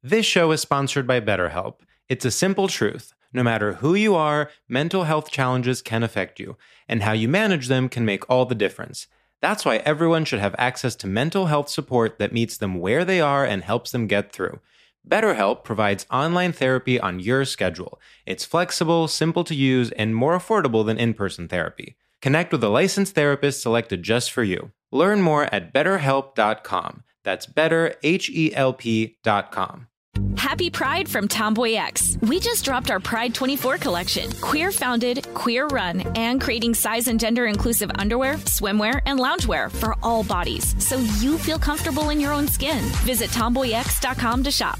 This show is sponsored by BetterHelp. It's a simple truth. No matter who you are, mental health challenges can affect you, and how you manage them can make all the difference. That's why everyone should have access to mental health support that meets them where they are and helps them get through. BetterHelp provides online therapy on your schedule. It's flexible, simple to use, and more affordable than in person therapy. Connect with a licensed therapist selected just for you. Learn more at betterhelp.com. That's better, H E L P.com. Happy Pride from Tomboy X. We just dropped our Pride 24 collection. Queer founded, queer run, and creating size and gender inclusive underwear, swimwear, and loungewear for all bodies so you feel comfortable in your own skin. Visit tomboyx.com to shop.